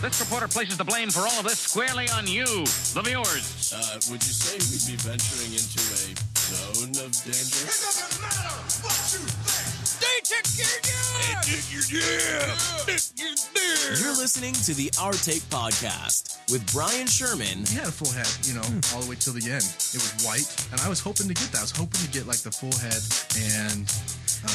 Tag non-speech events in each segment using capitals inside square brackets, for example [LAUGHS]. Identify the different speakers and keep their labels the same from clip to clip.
Speaker 1: This reporter places the blame for all of this squarely on you, the viewers.
Speaker 2: Uh, would you say we'd be venturing into a zone of danger?
Speaker 3: It doesn't matter what you think. They took your job. They took your job. your
Speaker 4: You're listening to the Our Take Podcast with Brian Sherman
Speaker 5: He had a full head, you know, all the way till the end. It was white, and I was hoping to get that. I was hoping to get like the full head, and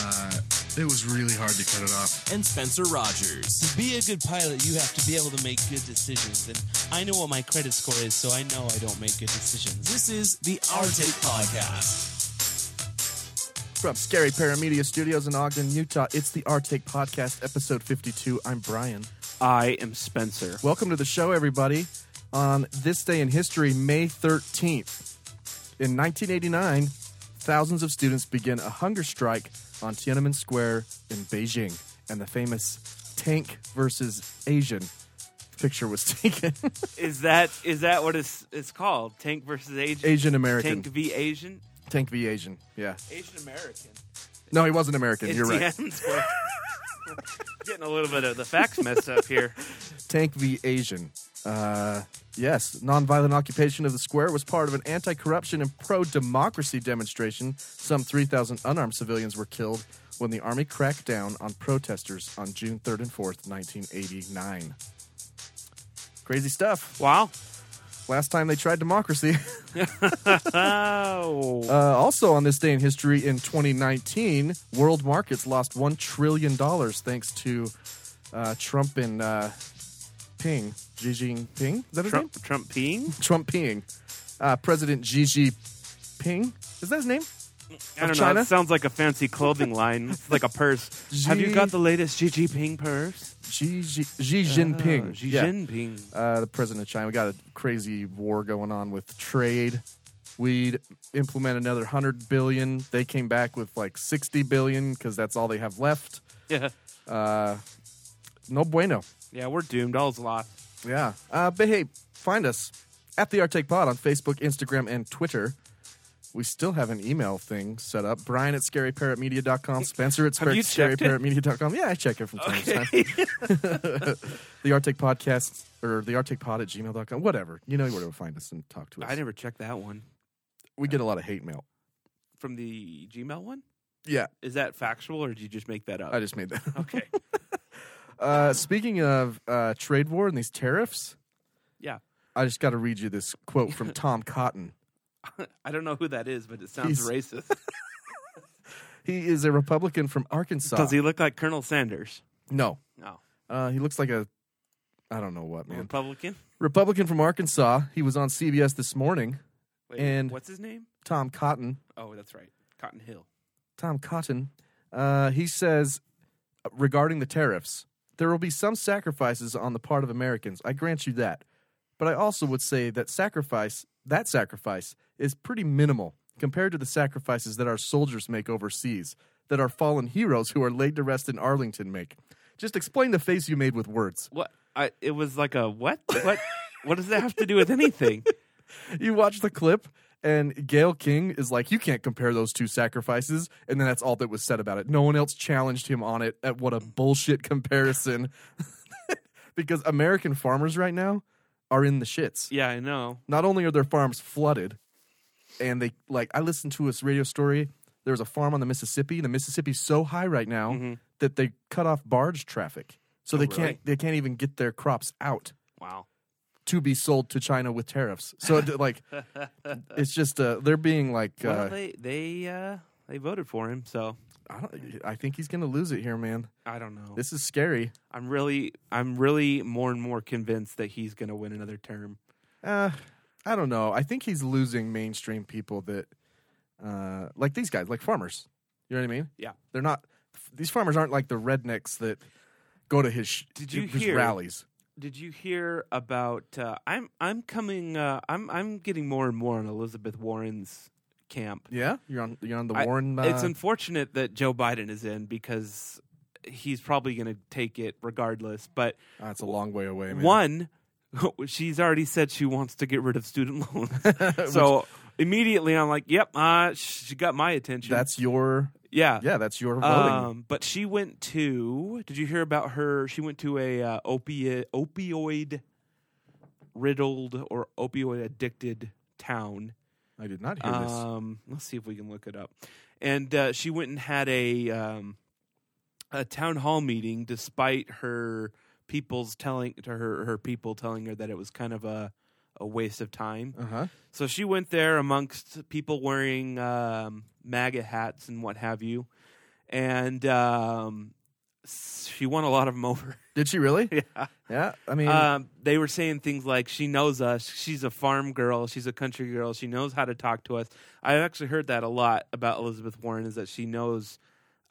Speaker 5: uh, it was really hard to cut it off.
Speaker 4: and Spencer Rogers.
Speaker 6: To be a good pilot, you have to be able to make good decisions. And I know what my credit score is, so I know I don't make good decisions.
Speaker 4: This is the Our Take Podcast.
Speaker 7: From Scary Paramedia Studios in Ogden, Utah, it's the Our Take Podcast, episode 52. I'm Brian.
Speaker 8: I am Spencer.
Speaker 7: Welcome to the show, everybody. On this day in history, May 13th, in 1989, thousands of students begin a hunger strike on Tiananmen Square in Beijing, and the famous tank versus Asian picture was [LAUGHS] taken.
Speaker 8: Is that is that what it's it's called? Tank versus Asian.
Speaker 7: Asian American.
Speaker 8: Tank v Asian.
Speaker 7: tank v Asian, yeah.
Speaker 8: Asian American.
Speaker 7: No, he wasn't American. You're
Speaker 8: [LAUGHS]
Speaker 7: right.
Speaker 8: Getting a little bit of the facts messed up here.
Speaker 7: Tank v. Asian. Uh, yes, nonviolent occupation of the square was part of an anti corruption and pro democracy demonstration. Some 3,000 unarmed civilians were killed when the army cracked down on protesters on June 3rd and 4th, 1989. Crazy stuff.
Speaker 8: Wow.
Speaker 7: Last time they tried democracy. [LAUGHS]
Speaker 8: Oh.
Speaker 7: Uh, also, on this day in history, in 2019, world markets lost $1 trillion thanks to uh, Trump and uh, Ping. Xi Jinping? Is that his name?
Speaker 8: Trump Trump peeing?
Speaker 7: Trump Ping. Uh, President Xi Jinping. Is that his name?
Speaker 8: I don't know.
Speaker 7: China?
Speaker 8: It sounds like a fancy clothing line. It's like a purse. Have you
Speaker 7: Xi-
Speaker 8: got the latest Xi Jinping purse?
Speaker 7: Xi, Xi, Uh, Xi Jinping.
Speaker 8: Oh, Xi
Speaker 7: Yeah.
Speaker 8: Jinping.
Speaker 7: Uh, the president of China. We got a crazy war going on with trade. We'd implement another 100 billion. They came back with like 60 billion because that's all they have left.
Speaker 8: Yeah.
Speaker 7: Uh, no bueno.
Speaker 8: Yeah, we're doomed. All's lost.
Speaker 7: Yeah. Uh, but hey, find us at the Artake Pod on Facebook, Instagram, and Twitter. We still have an email thing set up. Brian at scaryparrotmedia.com. Spencer at
Speaker 8: Have you checked it?
Speaker 7: scaryparrotmedia.com. Yeah, I check it from time to time.
Speaker 8: [LAUGHS]
Speaker 7: [LAUGHS] the Arctic Podcast or the Arctic Pod at gmail.com. Whatever. You know where to find us and talk to us.
Speaker 8: I never checked that one.
Speaker 7: we get a lot of hate mail.
Speaker 8: From the Gmail one?
Speaker 7: Yeah,
Speaker 8: Is that factual or did you just make that up?
Speaker 7: I just made that.
Speaker 8: [LAUGHS] okay.
Speaker 7: Uh, speaking of uh, trade war and these tariffs,
Speaker 8: Yeah.
Speaker 7: I just got to read you this quote
Speaker 8: [LAUGHS]
Speaker 7: from Tom Cotton.
Speaker 8: I don't know who that is, but it sounds
Speaker 7: He's-
Speaker 8: racist. [LAUGHS]
Speaker 7: He is a Republican from Arkansas.
Speaker 8: Does he look like Colonel Sanders?
Speaker 7: No.
Speaker 8: No.
Speaker 7: Uh, he looks like a, I don't know what man.
Speaker 8: Republican?
Speaker 7: Republican from Arkansas. He was on CBS this morning.
Speaker 8: Wait,
Speaker 7: And-
Speaker 8: what's his name?
Speaker 7: Tom Cotton.
Speaker 8: Oh, that's right. Cotton Hill.
Speaker 7: Tom Cotton. Uh, he says uh, regarding the tariffs, there will be some sacrifices on the part of Americans. I grant you that, but I also would say that sacrifice that sacrifice is pretty minimal compared to the sacrifices that our soldiers make overseas, that our fallen heroes who are laid to rest in Arlington make. Just explain the face you made with words.
Speaker 8: What? I, it was like a [LAUGHS] what? What? what does that have to do with anything?
Speaker 7: you watch the clip and Gail King is like, you can't compare those two sacrifices. And then that's all that was said about it. No one else challenged him on it at what a bullshit comparison. [LAUGHS] because American farmers right now are in the shits.
Speaker 8: [LAUGHS] Yeah, I know.
Speaker 7: Not only are their farms flooded, and they like, I listened to this radio story. There was a farm on the Mississippi, and the Mississippi's so high right now that they cut off barge traffic. So they
Speaker 8: really?
Speaker 7: can't they can't even get their crops out
Speaker 8: Wow.
Speaker 7: to be sold to China with tariffs. So
Speaker 8: [LAUGHS]
Speaker 7: it- like, it's just uh, they're being like,
Speaker 8: Well,
Speaker 7: uh,
Speaker 8: they they uh, they voted for him, so
Speaker 7: I, don't, I think he's gonna lose it here, man.
Speaker 8: I don't know.
Speaker 7: This is scary.
Speaker 8: I'm really I'm really more and more convinced that he's going to win another term.
Speaker 7: Uh, I don't know. I think he's losing mainstream people that, uh, like these guys, like farmers. You know what I mean?
Speaker 8: Yeah.
Speaker 7: They're not. These farmers aren't like the rednecks that go to his sh-
Speaker 8: Did you
Speaker 7: his
Speaker 8: hear-
Speaker 7: rallies.
Speaker 8: Did you hear about? Uh, I'm I'm coming. Uh, I'm I'm getting more and more on Elizabeth Warren's camp.
Speaker 7: Yeah, you're on you're on the
Speaker 8: I-
Speaker 7: Warren. Uh,
Speaker 8: it's unfortunate that Joe Biden is in because he's probably going to take it regardless. But
Speaker 7: Ah, it's a long way away, man. [LAUGHS]
Speaker 8: one, [LAUGHS] she's already said she wants to get rid of student
Speaker 7: [LAUGHS]
Speaker 8: [LAUGHS] loans. so immediately I'm like, yep, uh, she got my attention.
Speaker 7: That's your
Speaker 8: Yeah.
Speaker 7: Yeah, that's your voting.
Speaker 8: Um, but she went to. Did you hear about her? She went to a uh, opiate, opioid riddled or opioid addicted town.
Speaker 7: I did not hear this.
Speaker 8: Um, let's see if we can look it up. And uh, she went and had a um, a town hall meeting, despite her people's telling to her her people telling her that it was kind of a a waste of time.
Speaker 7: Uh huh.
Speaker 8: So she went there amongst people wearing um, MAGA hats and what have you, and um, s- she won a lot of them over. [LAUGHS]
Speaker 7: Did she really?
Speaker 8: yeah.
Speaker 7: Yeah. I mean,
Speaker 8: Um, they were saying things like, "She knows us. She's a farm girl. She's a country girl. She knows how to talk to us." I've actually heard that a lot about Elizabeth Warren is that she knows,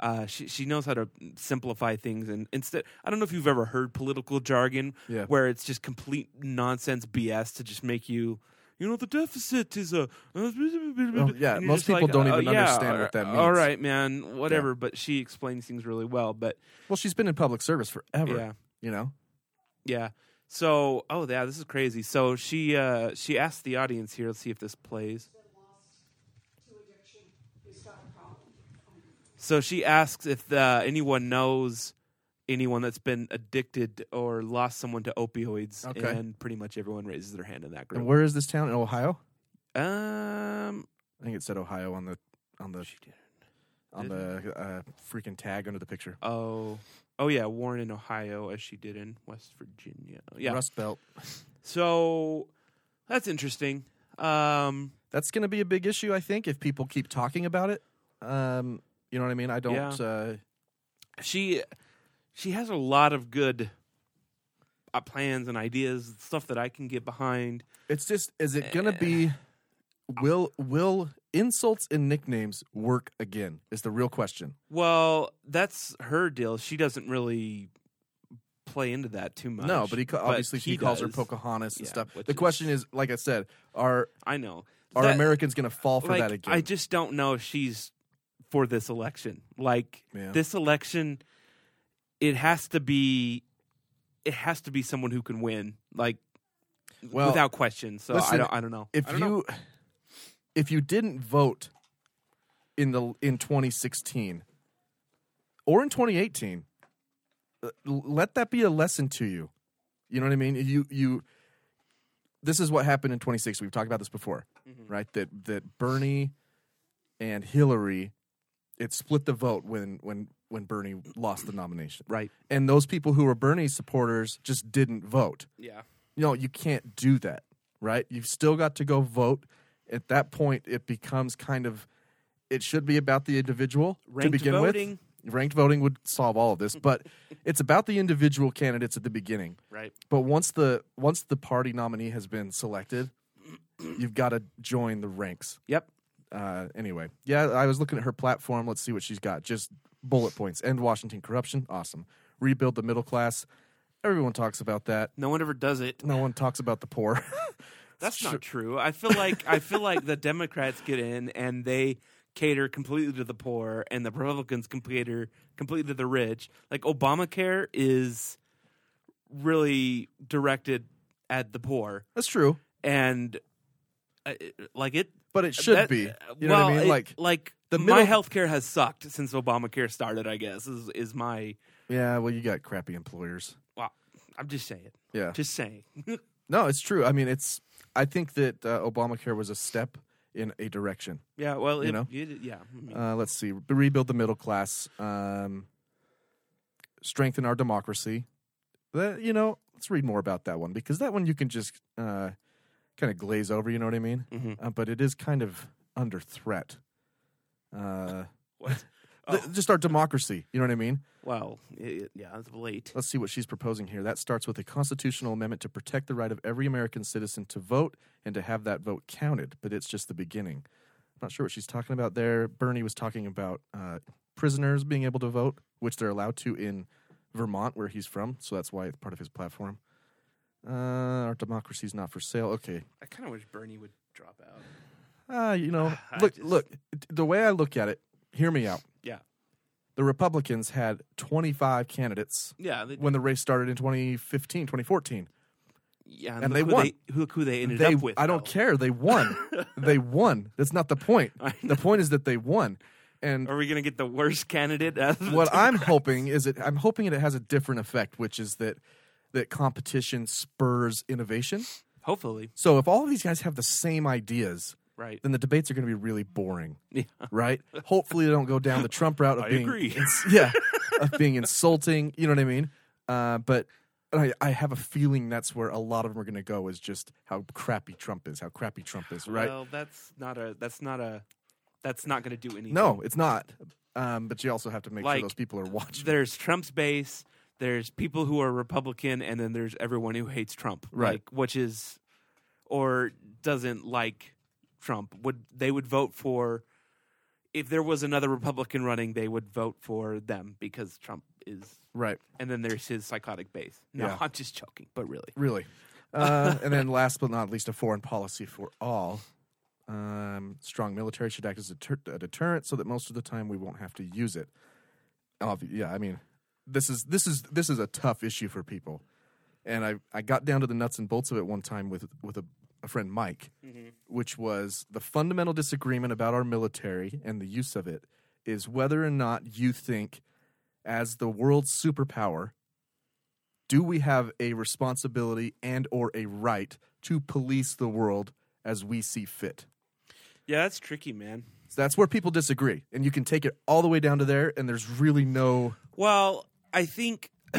Speaker 8: uh, she she knows how to simplify things. And instead, I don't know if you've ever heard political jargon
Speaker 7: Yeah.
Speaker 8: where it's just complete nonsense BS to just make you. You know the deficit is a
Speaker 7: Oh,
Speaker 8: [LAUGHS]
Speaker 7: yeah,
Speaker 8: and you're
Speaker 7: most
Speaker 8: just "Oh,
Speaker 7: people don't even
Speaker 8: yeah,
Speaker 7: understand what that
Speaker 8: All
Speaker 7: means."
Speaker 8: right, man, whatever. But she explains things really well. But
Speaker 7: well, she's been in public service forever.
Speaker 8: yeah,
Speaker 7: You know.
Speaker 8: yeah. So, oh yeah, this is crazy. So she uh she asked the audience here. Let's see if this plays. So she asks if uh, anyone knows anyone that's been addicted or lost someone to opioids,
Speaker 7: Okay.
Speaker 8: and pretty much everyone raises their hand in that
Speaker 7: And
Speaker 8: group.
Speaker 7: where is this town in Ohio?
Speaker 8: Um,
Speaker 7: I think it said Ohio on the on the on the uh, freaking tag under the picture.
Speaker 8: oh, oh yeah, Warren in Ohio, as she did in West Virginia. Yeah,
Speaker 7: Rust Belt.
Speaker 8: so that's interesting. Um,
Speaker 7: That's going to be a big issue, I think, if people keep talking about it. Um, you know what I mean? I don't.
Speaker 8: Yeah.
Speaker 7: Uh,
Speaker 8: she she has a lot of good uh, plans and ideas, stuff that I can get behind.
Speaker 7: it's just is it
Speaker 8: Eh.
Speaker 7: going to be will will insults and nicknames work again? Is the real question.
Speaker 8: Well, that's her deal. She doesn't really play into that too much.
Speaker 7: No, but he ca- obviously he, calls her
Speaker 8: does.
Speaker 7: Pocahontas and
Speaker 8: Yeah,
Speaker 7: stuff.
Speaker 8: which
Speaker 7: The
Speaker 8: is-
Speaker 7: question is, like I said, are
Speaker 8: I know.
Speaker 7: are
Speaker 8: That-
Speaker 7: Americans going to fall for
Speaker 8: like,
Speaker 7: that again?
Speaker 8: I just don't know if she's for this election. Like
Speaker 7: Yeah.
Speaker 8: this election, it has to be, it has to be someone who can win. Like
Speaker 7: Well,
Speaker 8: without question. So I
Speaker 7: listen,
Speaker 8: don't. I don't know.
Speaker 7: if
Speaker 8: I
Speaker 7: you
Speaker 8: don't know.
Speaker 7: if you didn't vote in the in 2016 or in 2018 uh, l- let that be a lesson to you you know what i mean you you this is what happened in 2016 we've talked about this before
Speaker 8: Mm-hmm.
Speaker 7: right that that bernie and hillary it split the vote when when when bernie lost the nomination
Speaker 8: right.
Speaker 7: and those people who were bernie supporters just didn't vote
Speaker 8: Yeah.
Speaker 7: no, you can't do that, right? You've still got to go vote. At that point, it becomes kind of, it should be about the individual
Speaker 8: Ranked
Speaker 7: to begin
Speaker 8: voting.
Speaker 7: with. Ranked voting would solve all of this, but
Speaker 8: [LAUGHS]
Speaker 7: it's about the individual candidates at the beginning.
Speaker 8: Right.
Speaker 7: But once the once the party nominee has been selected, you've got to join the ranks.
Speaker 8: Yep.
Speaker 7: Uh, anyway, yeah, I was looking at her platform. Let's see what she's got. Just bullet points: end Washington corruption, awesome. Rebuild the middle class. Everyone talks about that.
Speaker 8: No one ever does it.
Speaker 7: No one talks about the poor. [LAUGHS]
Speaker 8: That's not true. I feel like I feel like the [LAUGHS] Democrats get in and they cater completely to the poor, and the Republicans cater completely to the rich. Like Obamacare is really directed at the poor,
Speaker 7: That's true,
Speaker 8: and uh, it- like it
Speaker 7: but it should
Speaker 8: that- uh,
Speaker 7: be. You know
Speaker 8: well,
Speaker 7: what I mean?
Speaker 8: it-
Speaker 7: like,
Speaker 8: like
Speaker 7: the
Speaker 8: my
Speaker 7: middle-
Speaker 8: health care has sucked since Obamacare started. I guess is is my.
Speaker 7: yeah, well, you got crappy employers.
Speaker 8: Well, I'm just saying.
Speaker 7: Yeah,
Speaker 8: Just saying. [LAUGHS]
Speaker 7: no, it's true. I mean, it's. I think that uh, Obamacare was a step in a direction.
Speaker 8: yeah. Well,
Speaker 7: You
Speaker 8: it,
Speaker 7: know?
Speaker 8: it- yeah. I mean,
Speaker 7: Uh, let's see, rebuild the middle class, um, strengthen our democracy. That you know, let's read more about that one because that one you can just uh, kind of glaze over. You know what I mean?
Speaker 8: Mhm.
Speaker 7: Uh, but it is kind of under threat. Uh,
Speaker 8: what?
Speaker 7: th-
Speaker 8: Oh.
Speaker 7: just our democracy. You know what I mean?
Speaker 8: Well, it, yeah, it's late.
Speaker 7: Let's see what she's proposing here. That starts with a constitutional amendment to protect the right of every American citizen to vote and to have that vote counted, but it's just the beginning. Not sure what she's talking about there. Bernie was talking about uh, prisoners being able to vote, which they're allowed to in Vermont, where he's from, so that's why it's part of his platform. Uh, our democracy's not for sale. Okay,
Speaker 8: I kind of wish Bernie would drop out.
Speaker 7: Ah, you know,
Speaker 8: [SIGHS] I
Speaker 7: look,
Speaker 8: just-
Speaker 7: look. The way I look at it, hear me out.
Speaker 8: Yeah.
Speaker 7: The Republicans had 25 candidates
Speaker 8: Yeah, they,
Speaker 7: when the race started in 2015, 2014.
Speaker 8: yeah,
Speaker 7: and
Speaker 8: look
Speaker 7: they
Speaker 8: who
Speaker 7: won.
Speaker 8: They, who, who they ended
Speaker 7: They,
Speaker 8: up with?
Speaker 7: I don't
Speaker 8: though. [LAUGHS]
Speaker 7: care. They won. they won. That's not the point.
Speaker 8: I
Speaker 7: The point is that they won. and
Speaker 8: [LAUGHS] Are we gonna get the worst candidate? Out of the
Speaker 7: what I'm
Speaker 8: Democrats?
Speaker 7: hoping is it I'm hoping it has a different effect, which is that that competition spurs innovation.
Speaker 8: [LAUGHS] hopefully
Speaker 7: So if all of these guys have the same ideas,
Speaker 8: right.
Speaker 7: then the debates are going to be really boring,
Speaker 8: Yeah.
Speaker 7: right? Hopefully, they don't go down the Trump route of
Speaker 8: [LAUGHS] I
Speaker 7: being,
Speaker 8: agree.
Speaker 7: ins- yeah, [LAUGHS] of being insulting. You know what I mean? Uh, but I, I have a feeling that's where a lot of them are going to go is just how crappy Trump is, how crappy Trump is, right?
Speaker 8: Well, that's not a. That's not a. That's not gonna do anything.
Speaker 7: no, it's not. Um, but you also have to make
Speaker 8: Like,
Speaker 7: sure those people are watching.
Speaker 8: There's Trump's base. There's people who are Republican, and then there's everyone who hates Trump.
Speaker 7: Right.
Speaker 8: Like, which is, or doesn't like Trump. Would they would vote for? If there was another Republican running, they would vote for them because Trump is.
Speaker 7: Right.
Speaker 8: And then there's his psychotic base. No,
Speaker 7: Yeah.
Speaker 8: I'm just joking, but really.
Speaker 7: Really. Uh, and then last but not least, a foreign policy for all. Um, strong military should act as a, ter- a deterrent so that most of the time we won't have to use it. Obvi- yeah, I mean, this is this is this is a tough issue for people. And I, I got down to the nuts and bolts of it one time with with a, a friend Mike, which was the fundamental disagreement about our military and the use of it is whether or not you think as the world's superpower do we have a responsibility and or a right to police the world as we see fit
Speaker 8: Yeah, that's tricky, man.
Speaker 7: so that's where people disagree and you can take it all the way down to there and there's really
Speaker 8: [LAUGHS]
Speaker 7: no
Speaker 8: Well, I think, [CLEARS THROAT]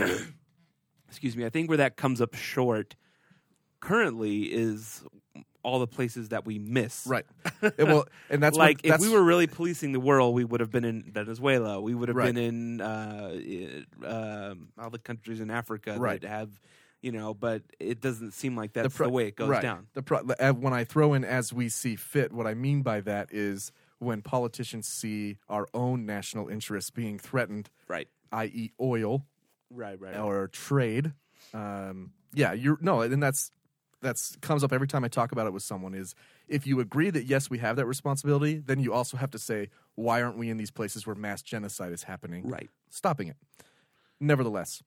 Speaker 8: excuse me, I think where that comes up short currently is all the places that we miss.
Speaker 7: right and [LAUGHS] well and that's what-
Speaker 8: like if
Speaker 7: that's,
Speaker 8: we were really policing the world, we would have been in Venezuela. We would have
Speaker 7: Right.
Speaker 8: been in uh, i- um, all the countries in Africa
Speaker 7: Right.
Speaker 8: that have, you know. But it doesn't seem like that's the,
Speaker 7: pro-
Speaker 8: way it goes
Speaker 7: right.
Speaker 8: down.
Speaker 7: The pro- uh, when I throw in as we see fit, what I mean by that is when politicians see our own national interests being threatened,
Speaker 8: Right.
Speaker 7: i.e., oil
Speaker 8: Right. Right.
Speaker 7: or trade. Um, yeah, you're no, and that's that's comes up every time I talk about it with someone. Is if you agree that yes, we have that responsibility, then you also have to say why aren't we in these places where mass genocide is happening?
Speaker 8: Right.
Speaker 7: stopping it. Nevertheless,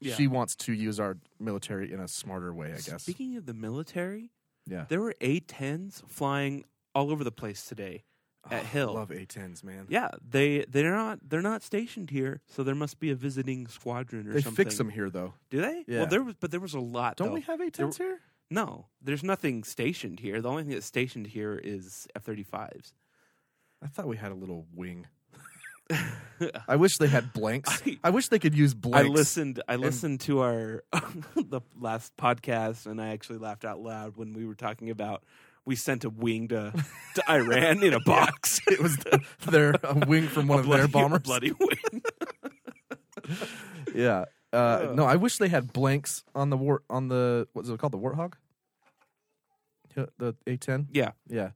Speaker 8: Yeah.
Speaker 7: she wants to use our military in a smarter way. I guess.
Speaker 8: Speaking of the military,
Speaker 7: yeah.
Speaker 8: there were A-10s flying all over the place today at Hill.
Speaker 7: Oh, Ah, Love A10s, man.
Speaker 8: Yeah, they they're not they're not stationed here, so there must be a visiting squadron or
Speaker 7: They
Speaker 8: something.
Speaker 7: fix them here though.
Speaker 8: do they?
Speaker 7: Yeah.
Speaker 8: Well, there was, but there was a lot.
Speaker 7: Don't
Speaker 8: though.
Speaker 7: we have A10s here?
Speaker 8: No, there's nothing stationed here. The only thing that's stationed here is F-35s.
Speaker 7: I thought we had a little
Speaker 8: [LAUGHS]
Speaker 7: wing. I wish they had blanks. I, wish they could use
Speaker 8: I
Speaker 7: blanks.
Speaker 8: listened. I listened to our [LAUGHS] the last podcast, and I actually laughed out loud when we were talking about we sent a
Speaker 7: [LAUGHS]
Speaker 8: wing to to Iran in a box.
Speaker 7: It was the, their a wing from one of
Speaker 8: bloody, [LAUGHS]
Speaker 7: their bombers.
Speaker 8: bloody
Speaker 7: [LAUGHS]
Speaker 8: wing.
Speaker 7: Yeah. Uh, no, I wish they had blanks on the war on the what's it called the warthog. Yeah, The A10.
Speaker 8: yeah.
Speaker 7: Yeah.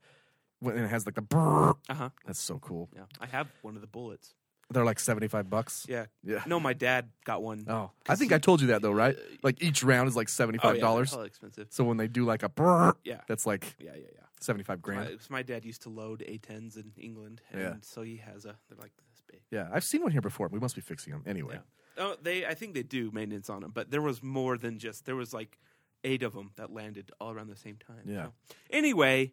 Speaker 7: When and it has like the brrr.
Speaker 8: Uh huh.
Speaker 7: That's so cool.
Speaker 8: Yeah. I have one of the bullets.
Speaker 7: They're like seventy five bucks.
Speaker 8: Yeah.
Speaker 7: Yeah.
Speaker 8: No, my dad got one.
Speaker 7: Oh, I think I told you that though, right? Like each round is like seventy
Speaker 8: Oh, yeah,
Speaker 7: five
Speaker 8: they're
Speaker 7: dollars.
Speaker 8: hella expensive.
Speaker 7: so when they do like a brrr,
Speaker 8: Yeah.
Speaker 7: that's like
Speaker 8: Yeah, yeah, yeah.
Speaker 7: seventy five grand.
Speaker 8: My, 'cause my dad used to load A10s in England, and
Speaker 7: Yeah.
Speaker 8: so he has a. They're like this big.
Speaker 7: Yeah, I've seen one here before. We must be fixing them anyway.
Speaker 8: Oh, they. I think they do maintenance on them, but there was more than just. There was like eight of them that landed all around the same time.
Speaker 7: Yeah.
Speaker 8: so. Anyway,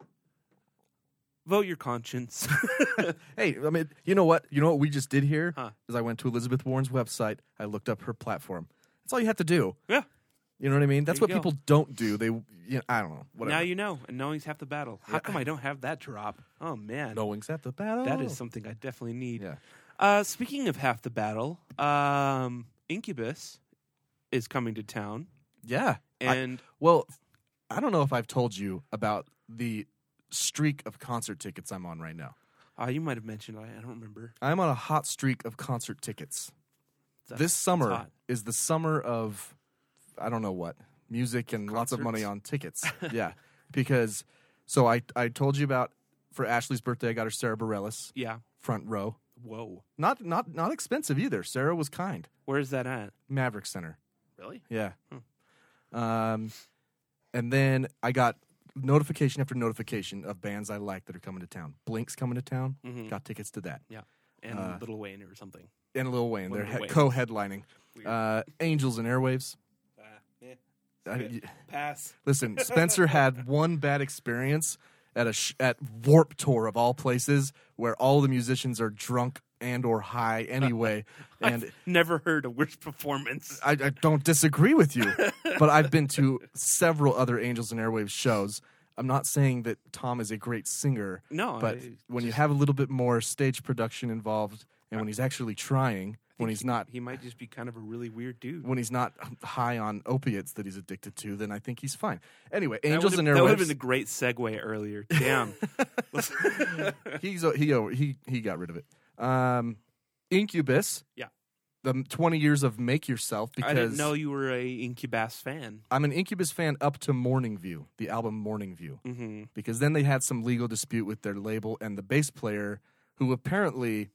Speaker 8: vote your conscience. [LAUGHS]
Speaker 7: [LAUGHS] Hey, I mean, you know what? You know what we just did here is
Speaker 8: Huh.
Speaker 7: I went to Elizabeth Warren's website. I looked up her platform. That's all you have to do.
Speaker 8: yeah.
Speaker 7: You know what I mean? That's
Speaker 8: There
Speaker 7: what
Speaker 8: you go.
Speaker 7: people don't do. They, you know, I don't know. Whatever.
Speaker 8: Now you know, and knowing's half the battle. How come I don't have that drop? Oh man,
Speaker 7: knowing's at the battle.
Speaker 8: that is something I definitely need.
Speaker 7: Yeah.
Speaker 8: Uh, speaking of half the battle, um, Incubus is coming to town,
Speaker 7: Yeah. I-
Speaker 8: and
Speaker 7: well, I don't know if I've told you about the streak of concert tickets I'm on right now.
Speaker 8: uh, you might have mentioned I, I don't remember.
Speaker 7: I'm on a hot streak of concert tickets.
Speaker 8: That's-
Speaker 7: this summer
Speaker 8: that's hot.
Speaker 7: is the summer of I don't know what music and lots of money on
Speaker 8: [LAUGHS]
Speaker 7: tickets. yeah, because so I I told you about for Ashley's birthday I got her Sarah Bareilles
Speaker 8: Yeah.
Speaker 7: front row.
Speaker 8: Whoa.
Speaker 7: Not not not expensive either. Sarah was kind.
Speaker 8: Where is that at?
Speaker 7: Maverick Center.
Speaker 8: Really? Hmm.
Speaker 7: Yeah. Um, and then I got notification after notification of bands I like that are coming to town. Blink's coming to town.
Speaker 8: Mm-hmm.
Speaker 7: Got tickets to that.
Speaker 8: Yeah. And
Speaker 7: Uh,
Speaker 8: Little Wayne or something.
Speaker 7: and Lil Wayne. They're
Speaker 8: Lil
Speaker 7: he-
Speaker 8: Wayne.
Speaker 7: co-headlining. Uh, Angels and Airwaves.
Speaker 8: Uh,
Speaker 7: I- y-
Speaker 8: Pass.
Speaker 7: [LAUGHS]
Speaker 8: [LAUGHS]
Speaker 7: listen, Spencer had one bad experience, at a sh- at Warp Tour of all places, where all the musicians are drunk and or high
Speaker 8: [LAUGHS]
Speaker 7: anyway, and
Speaker 8: Never heard a worse performance.
Speaker 7: I, I don't disagree with you, but I've been
Speaker 8: [LAUGHS]
Speaker 7: to several other Angels and Airwaves shows. I'm not saying that Tom is a great singer.
Speaker 8: No,
Speaker 7: but
Speaker 8: I
Speaker 7: when you have a little bit more stage production involved, and when he's actually trying, when he's not
Speaker 8: He might just be kind of a really weird dude.
Speaker 7: when he's not high on opiates that he's addicted to, then I think he's fine. Anyway,
Speaker 8: That
Speaker 7: Angels
Speaker 8: would've-
Speaker 7: and
Speaker 8: That would have
Speaker 7: Airwaves.
Speaker 8: been a great segue
Speaker 7: [LAUGHS]
Speaker 8: earlier. Damn.
Speaker 7: he's he oh, he he got rid of it. Um, Incubus.
Speaker 8: Yeah.
Speaker 7: The 20 years of Make Yourself because
Speaker 8: I didn't know you were a Incubus fan.
Speaker 7: I'm an Incubus fan up to Morning View, the album Morning View.
Speaker 8: Mm-hmm.
Speaker 7: because then they had some legal dispute with their label and the bass player who apparently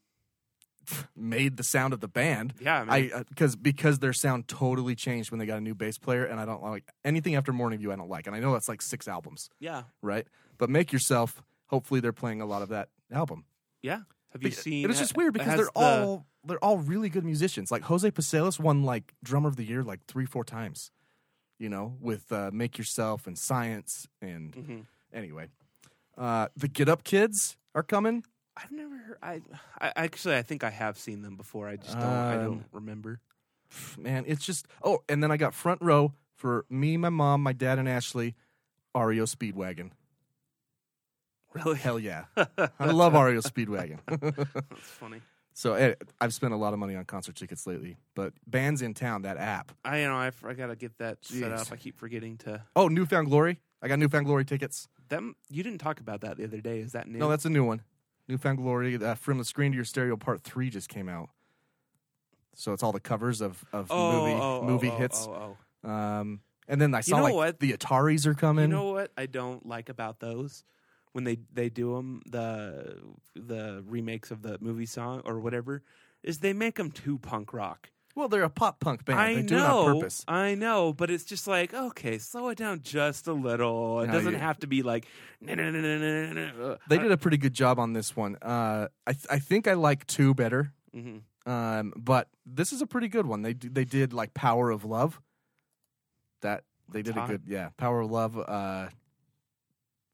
Speaker 7: made the sound of the band.
Speaker 8: Yeah, I
Speaker 7: I
Speaker 8: mean-
Speaker 7: because because their sound totally changed when they got a new bass player, and I don't like anything after Morning View. I don't like, and I know that's like six albums,
Speaker 8: Yeah.
Speaker 7: right? But Make Yourself. Hopefully, they're playing a lot of that album.
Speaker 8: Yeah. Have you
Speaker 7: But
Speaker 8: seen?
Speaker 7: It was just weird because
Speaker 8: has
Speaker 7: they're
Speaker 8: the-
Speaker 7: all they're all really good musicians. Like Jose Pasalis won like drummer of the year like three four times, you know, with uh, Make Yourself and Science and
Speaker 8: Mm. Mm-hmm.
Speaker 7: anyway. Uh, the Get Up Kids are coming.
Speaker 8: I've never. Heard, I, I actually, I think I have seen them before. I just don't. I
Speaker 7: Um,
Speaker 8: don't remember.
Speaker 7: Pff, Man, it's just oh, and then I got front row for me, my mom, my dad, and Ashley. Ario Speedwagon.
Speaker 8: Really?
Speaker 7: Hell
Speaker 8: [LAUGHS]
Speaker 7: yeah, I love Ario Speedwagon. [LAUGHS]
Speaker 8: That's funny.
Speaker 7: so eh, I've spent a lot of money on concert tickets lately, but bands in town that app.
Speaker 8: I you know I, I gotta get that set
Speaker 7: Jeez.
Speaker 8: up. I keep forgetting to.
Speaker 7: Oh, Newfound Glory. I got Newfound Glory tickets.
Speaker 8: Them you didn't talk about that the other day. Is that new?
Speaker 7: No, that's a new one. Newfound Glory. Uh, From the Screen to Your Stereo Part Three just came out. So it's all the covers of of
Speaker 8: oh,
Speaker 7: movie
Speaker 8: oh, oh,
Speaker 7: movie
Speaker 8: oh,
Speaker 7: hits.
Speaker 8: Oh, oh.
Speaker 7: Um, and then I saw
Speaker 8: know
Speaker 7: like
Speaker 8: what?
Speaker 7: the Ataris are coming.
Speaker 8: You know what I don't like about those when they they do them the the remakes of the movie song or whatever is they make them too punk rock.
Speaker 7: well, they're a pop punk band.
Speaker 8: I
Speaker 7: they
Speaker 8: know,
Speaker 7: do it on purpose.
Speaker 8: I know, but it's just like okay, slow it down just a little. It
Speaker 7: No,
Speaker 8: doesn't
Speaker 7: you-
Speaker 8: have to be like. "Nah, nah, nah, nah, nah, nah, nah." Uh,
Speaker 7: They did a pretty good job on this one. Uh, I th- I think I like two better.
Speaker 8: Mhm.
Speaker 7: Um, but this is a pretty good one. They d- they did like Power of Love. That they did
Speaker 8: hot.
Speaker 7: a good yeah. Power of Love. Uh,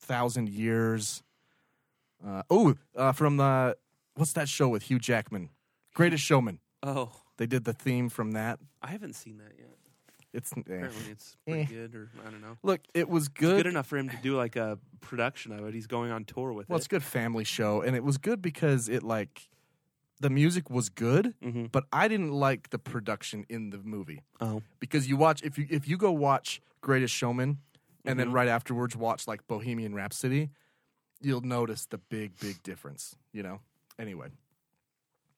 Speaker 7: Thousand Years. Uh, oh, uh, from the what's that show with Hugh Jackman? Greatest Showman.
Speaker 8: Oh,
Speaker 7: They did the theme from that.
Speaker 8: I haven't seen that yet.
Speaker 7: It's eh. [LAUGHS]
Speaker 8: Apparently, it's pretty
Speaker 7: Eh.
Speaker 8: good, or I don't know.
Speaker 7: look, it was
Speaker 8: It's
Speaker 7: good.
Speaker 8: good enough for him to do like a production of it. He's going on tour with
Speaker 7: well, it's
Speaker 8: it.
Speaker 7: a good family show, and it was good because it like the music was good,
Speaker 8: Mhm.
Speaker 7: but I didn't like the production in the movie.
Speaker 8: Oh,
Speaker 7: because you watch if you if you go watch Greatest Showman and
Speaker 8: Mm-hmm.
Speaker 7: then right afterwards watch like Bohemian Rhapsody, you'll notice the big big difference. You know. Anyway,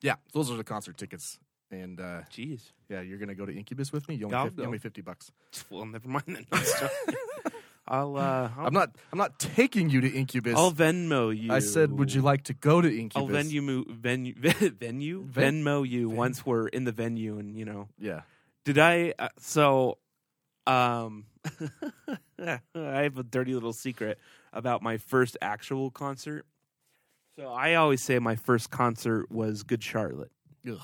Speaker 7: yeah, those are the concert tickets, and uh,
Speaker 8: jeez.
Speaker 7: yeah, you're gonna go to Incubus with me. You
Speaker 8: I'll
Speaker 7: only, fif- you
Speaker 8: go.
Speaker 7: only fifty bucks.
Speaker 8: Well, never mind then. [LAUGHS]
Speaker 7: [LAUGHS]
Speaker 8: I'm sorry. I'll. Uh, I'll,
Speaker 7: I'm not I'm not taking you to Incubus.
Speaker 8: I'll Venmo you.
Speaker 7: I said, would you like to go to Incubus?
Speaker 8: I'll venue [LAUGHS] venue venue
Speaker 7: Ven-
Speaker 8: Venmo you once we're in the venue and you know
Speaker 7: Yeah.
Speaker 8: did I uh, so um [LAUGHS] I have a dirty little secret about my first actual concert. So I always say my first concert was Good Charlotte.
Speaker 7: Ugh.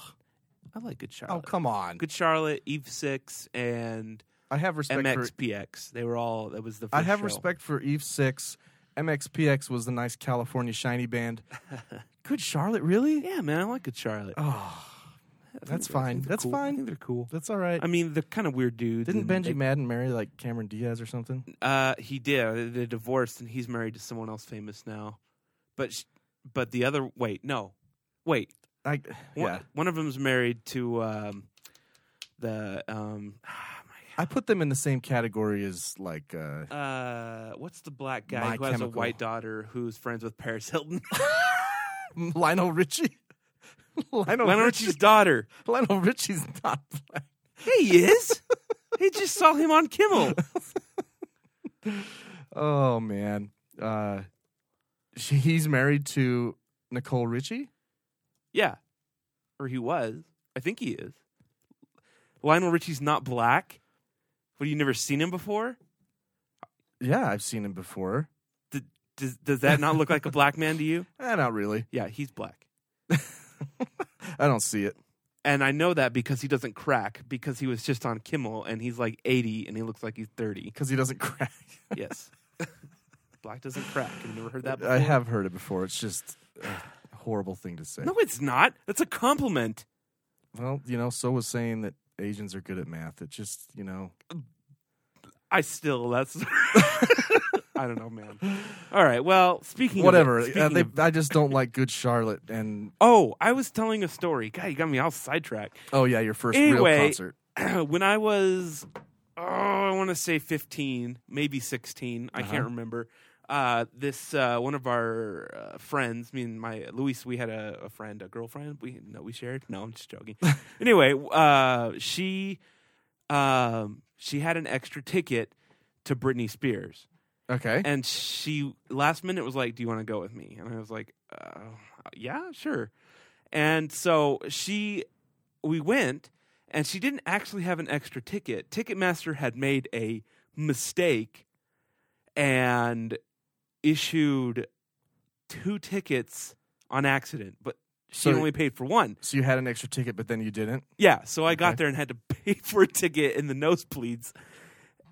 Speaker 8: I like Good Charlotte.
Speaker 7: Oh come on!
Speaker 8: Good Charlotte, Eve Six, and
Speaker 7: I have respect for
Speaker 8: MXPX. They were all. That was the. First
Speaker 7: I have
Speaker 8: show.
Speaker 7: respect for Eve Six. MXPX was the nice California shiny band. Good Charlotte, really?
Speaker 8: Yeah, man, I like Good Charlotte.
Speaker 7: Oh, that's fine. That's
Speaker 8: Cool. I
Speaker 7: fine.
Speaker 8: think they're cool.
Speaker 7: That's all right.
Speaker 8: I mean, they're kind of weird dudes.
Speaker 7: Didn't
Speaker 8: and
Speaker 7: Benji Madden marry like Cameron Diaz or something?
Speaker 8: they- uh, he did. They divorced, and he's married to someone else famous now. But sh- but the other wait, no, wait.
Speaker 7: I
Speaker 8: One, [SIGHS]
Speaker 7: yeah.
Speaker 8: one of them's married to um, the um,
Speaker 7: I put them in the same category as like uh
Speaker 8: uh, what's the black guy
Speaker 7: My
Speaker 8: who has a
Speaker 7: Chemical.
Speaker 8: white daughter who's friends with
Speaker 7: [LAUGHS]
Speaker 8: Paris Hilton?
Speaker 7: Lionel Richie. Lionel,
Speaker 8: Lionel
Speaker 7: Richie.
Speaker 8: Richie's daughter.
Speaker 7: Lionel Richie's not black.
Speaker 8: He is. [LAUGHS] he just saw him on Kimmel.
Speaker 7: Oh man. Uh she, he's married to Nicole Richie?
Speaker 8: Yeah. Or he was. I think he is. Lionel Richie's not black. What, you never seen him before?
Speaker 7: Yeah, I've seen him before.
Speaker 8: D- Does, does that not look like a black man
Speaker 7: [LAUGHS]
Speaker 8: to you?
Speaker 7: Eh, not really.
Speaker 8: Yeah, he's black.
Speaker 7: I don't see it.
Speaker 8: And I know that because he doesn't crack, because he was just
Speaker 7: [LAUGHS]
Speaker 8: on Kimmel and he's like 80 and he looks like he's 30.
Speaker 7: Because he doesn't crack.
Speaker 8: Yes. Black doesn't crack. I've never heard that before.
Speaker 7: I have heard it before. It's just a horrible thing to say.
Speaker 8: No, it's not. That's a compliment.
Speaker 7: Well, you know, so was saying that Asians are good at math. It just, you know,
Speaker 8: I still that's. [LAUGHS] I don't know, man. All right. Well, speaking of-
Speaker 7: whatever.
Speaker 8: speaking
Speaker 7: Uh, they,
Speaker 8: of-
Speaker 7: I just don't like Good Charlotte. And
Speaker 8: oh, I was telling a story. God, you got me all sidetracked.
Speaker 7: oh yeah, your first real
Speaker 8: Anyway,
Speaker 7: concert.
Speaker 8: [CLEARS THROAT] when I was, oh, I want to say 15, maybe 16. I can't remember. Uh, this uh, one of our uh, friends, me and my Luis, we had a, a friend, a girlfriend. We no, we shared. No, I'm just joking. anyway, uh, she, um, she had an extra ticket to Britney Spears,
Speaker 7: Okay.
Speaker 8: and she last minute was like, "Do you want to go with me?" And I was like, uh, "Yeah, sure." And so she, we went, and she didn't actually have an extra ticket. Ticketmaster had made a mistake and issued two tickets on accident, but she
Speaker 7: So-
Speaker 8: only paid for one.
Speaker 7: so you had an extra ticket, but then you
Speaker 8: [LAUGHS]
Speaker 7: didn't.
Speaker 8: Yeah, so I
Speaker 7: Okay.
Speaker 8: got there and had to [LAUGHS] pay for a ticket in the nosebleeds,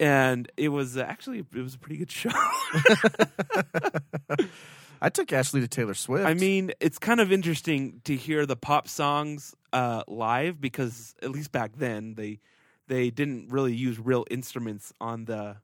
Speaker 8: and it was uh, actually it was a pretty good [LAUGHS] show.
Speaker 7: I took Ashley to Taylor Swift.
Speaker 8: I mean, it's kind of interesting to hear the pop songs uh, live because at least back then they they didn't really use real instruments on the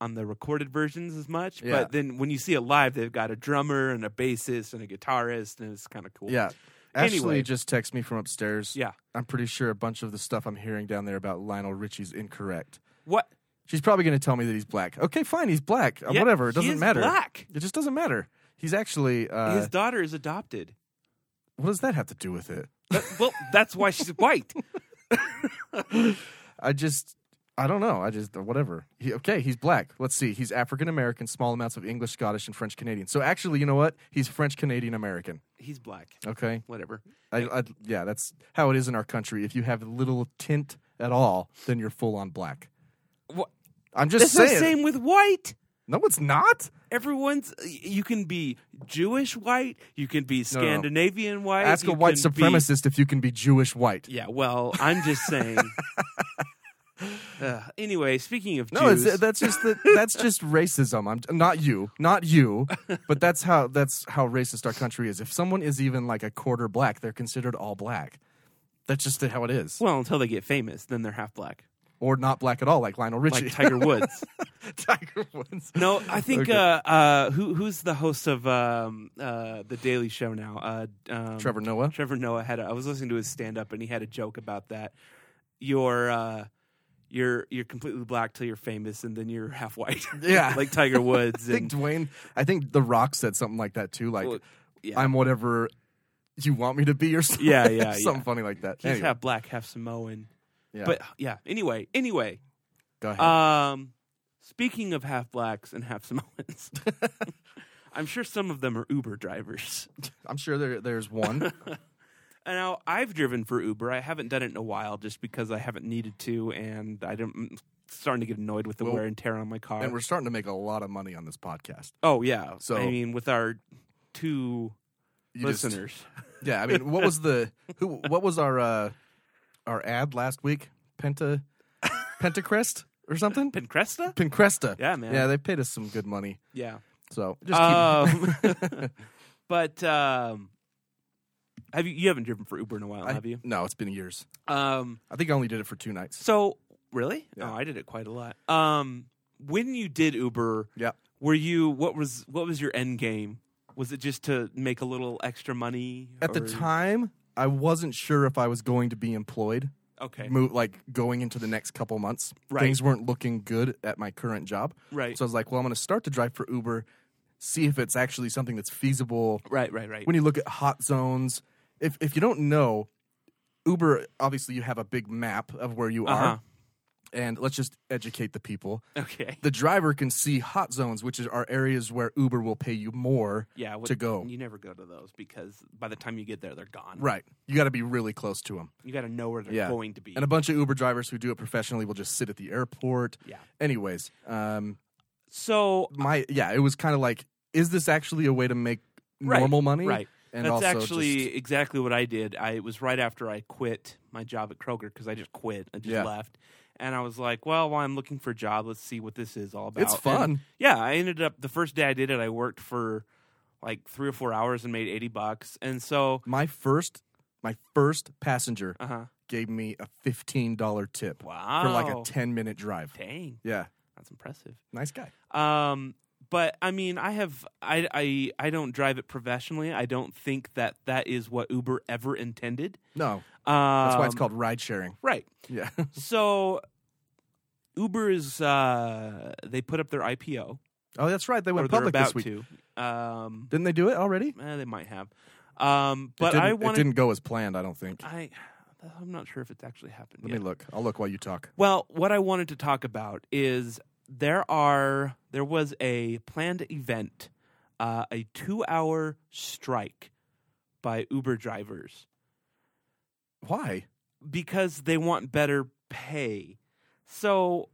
Speaker 8: on the recorded versions as much.
Speaker 7: Yeah.
Speaker 8: But then when you see it live, they've got a drummer and a bassist and a guitarist, and it's kind of cool.
Speaker 7: yeah. Ashley
Speaker 8: Anyway.
Speaker 7: just texted me from upstairs.
Speaker 8: yeah.
Speaker 7: I'm pretty sure a bunch of the stuff I'm hearing down there about Lionel Richie's incorrect.
Speaker 8: What?
Speaker 7: She's probably going to tell me that he's black. Okay, fine, he's black. Uh,
Speaker 8: Yeah,
Speaker 7: Whatever, it
Speaker 8: he
Speaker 7: doesn't
Speaker 8: is
Speaker 7: matter.
Speaker 8: black.
Speaker 7: It just doesn't matter. He's actually. Uh,
Speaker 8: His daughter is adopted.
Speaker 7: what does that have to do with it?
Speaker 8: That- well, that's why
Speaker 7: [LAUGHS]
Speaker 8: she's white.
Speaker 7: I just. I don't know. I just uh, whatever. He, okay, he's black. Let's see. He's African American, small amounts of English, Scottish, and French Canadian. So actually, you know what? He's French Canadian American.
Speaker 8: He's black.
Speaker 7: Okay.
Speaker 8: Whatever.
Speaker 7: I, I, yeah, that's how it is in our country. If you have little tint at all, then you're full on black.
Speaker 8: What?
Speaker 7: I'm just
Speaker 8: That's the
Speaker 7: saying.
Speaker 8: same with white.
Speaker 7: No, it's not.
Speaker 8: everyone's uh, you can be Jewish white, you can
Speaker 7: no,
Speaker 8: be
Speaker 7: no.
Speaker 8: Scandinavian white.
Speaker 7: Ask a
Speaker 8: you
Speaker 7: white
Speaker 8: can be-
Speaker 7: supremacist if you can be Jewish white.
Speaker 8: yeah, well, I'm just
Speaker 7: [LAUGHS]
Speaker 8: saying. uh, anyway, speaking of
Speaker 7: No,
Speaker 8: Jews,
Speaker 7: it's, that's just the, that's
Speaker 8: [LAUGHS]
Speaker 7: just racism. I'm not you, not you, but that's how that's how racist our country is. If someone is even like a quarter black, they're considered all black. That's just how it is,
Speaker 8: well until they get famous, then they're
Speaker 7: [LAUGHS]
Speaker 8: half black,
Speaker 7: or not black at all, like Lionel Richie,
Speaker 8: like Tiger Woods.
Speaker 7: [LAUGHS] Tiger Woods.
Speaker 8: No, I think
Speaker 7: Okay.
Speaker 8: uh, uh, who who's the host of um, uh, the Daily Show now? Uh, um,
Speaker 7: Trevor Noah.
Speaker 8: Trevor Noah had. A, I was listening to his stand up, and he had a joke about that. You're uh, you're you're completely black till you're famous, and then you're half white. [LAUGHS]
Speaker 7: Yeah.
Speaker 8: like
Speaker 7: [LAUGHS]
Speaker 8: Tiger Woods.
Speaker 7: I think
Speaker 8: and,
Speaker 7: Dwayne. I think The Rock said something like that too. Like
Speaker 8: Well, yeah.
Speaker 7: I'm whatever you want me to be, or something. [LAUGHS]
Speaker 8: [LAUGHS] Yeah, yeah,
Speaker 7: something
Speaker 8: yeah.
Speaker 7: funny like that.
Speaker 8: he's
Speaker 7: Anyway,
Speaker 8: half black, half Samoan.
Speaker 7: yeah.
Speaker 8: But yeah. Anyway, anyway.
Speaker 7: go ahead.
Speaker 8: Um, speaking of half blacks and
Speaker 7: [LAUGHS]
Speaker 8: half Samoans, I'm sure some of them are Uber drivers.
Speaker 7: I'm sure there there's
Speaker 8: [LAUGHS]
Speaker 7: one.
Speaker 8: And Now I've driven for Uber. I haven't done it in a while, just because I haven't needed to, and I don't. I'm starting to get annoyed with the
Speaker 7: Well,
Speaker 8: wear and tear on my car.
Speaker 7: and we're starting to make a lot of money on this podcast.
Speaker 8: oh yeah.
Speaker 7: So-
Speaker 8: So I mean, with our two
Speaker 7: You just- [LAUGHS]
Speaker 8: listeners,
Speaker 7: yeah, I mean, what was the who? What was our uh, our ad last week? Penta, Pentacrest or something?
Speaker 8: Pincresta.
Speaker 7: Pincresta.
Speaker 8: Yeah, man.
Speaker 7: Yeah, they paid us some good money.
Speaker 8: Yeah.
Speaker 7: So just keep,
Speaker 8: Um, but um, have you? You haven't driven for Uber in a
Speaker 7: [LAUGHS]
Speaker 8: while, [LAUGHS]
Speaker 7: I-
Speaker 8: have you?
Speaker 7: No, it's been years.
Speaker 8: Um,
Speaker 7: I think I only did it for two nights.
Speaker 8: so really?
Speaker 7: Yeah.
Speaker 8: Oh, I did it quite a lot. Um, when you did Uber,
Speaker 7: Yeah.
Speaker 8: were you? What was? What was your end game? Was it just to make a little extra money
Speaker 7: At the
Speaker 8: or-
Speaker 7: time, I wasn't sure if I was going to be employed.
Speaker 8: Okay.
Speaker 7: move like going into the next couple months
Speaker 8: Right.
Speaker 7: things weren't looking good at my current job
Speaker 8: Right.
Speaker 7: so i was like well i'm going to start to drive for uber see if it's actually something that's feasible
Speaker 8: Right, right, right.
Speaker 7: when you look at hot zones if if you don't know uber obviously you have a big map of where you
Speaker 8: Uh-huh.
Speaker 7: are and let's just educate the people [LAUGHS]
Speaker 8: okay.
Speaker 7: the driver can see hot zones which is- are areas where uber will pay you more
Speaker 8: Yeah. what-
Speaker 7: to go
Speaker 8: You never go to those because by the time you get there, they're gone.
Speaker 7: right you got to be really close to them
Speaker 8: You got to know where they're
Speaker 7: Yeah.
Speaker 8: going to be.
Speaker 7: and a bunch of uber drivers who do it professionally will just sit at the airport
Speaker 8: Yeah.
Speaker 7: anyways um
Speaker 8: so
Speaker 7: my yeah, it was kind of like, is this actually a way to make
Speaker 8: Right,
Speaker 7: normal money?
Speaker 8: right.
Speaker 7: And
Speaker 8: That's
Speaker 7: also
Speaker 8: actually
Speaker 7: just-
Speaker 8: exactly what I did. I it was right after I quit my job at Kroger because I just quit. I just
Speaker 7: Yeah.
Speaker 8: left, and I was like, well, while I'm looking for a job, let's see what this is all about.
Speaker 7: It's
Speaker 8: And,
Speaker 7: fun.
Speaker 8: yeah, I ended up the first day I did it, I worked for like three or four hours and made eighty bucks, and so
Speaker 7: My first, my first passenger
Speaker 8: uh huh.
Speaker 7: gave me a fifteen dollar tip
Speaker 8: Wow.
Speaker 7: for like a ten minute drive.
Speaker 8: Dang,
Speaker 7: Yeah,
Speaker 8: that's impressive.
Speaker 7: nice guy.
Speaker 8: Um, but I mean, I have I I I don't drive it professionally. I don't think that that is what Uber ever intended.
Speaker 7: No,
Speaker 8: Um,
Speaker 7: that's why it's called ride sharing.
Speaker 8: right.
Speaker 7: Yeah, [LAUGHS]
Speaker 8: So Uber is uh they put up their IPO.
Speaker 7: oh, that's right. They
Speaker 8: or
Speaker 7: went
Speaker 8: they're
Speaker 7: public this
Speaker 8: about
Speaker 7: week.
Speaker 8: to. Um,
Speaker 7: Didn't they do it already?
Speaker 8: eh, they might have. Um, but
Speaker 7: it didn't,
Speaker 8: I
Speaker 7: it
Speaker 8: wanted.
Speaker 7: didn't go as planned. I don't think.
Speaker 8: I I'm not sure if it's actually happened.
Speaker 7: Let
Speaker 8: yet.
Speaker 7: me look. I'll look while you talk.
Speaker 8: Well, what I wanted to talk about is there are there was a planned event, uh, a two-hour strike by Uber drivers
Speaker 7: Why?
Speaker 8: because they want better pay. So,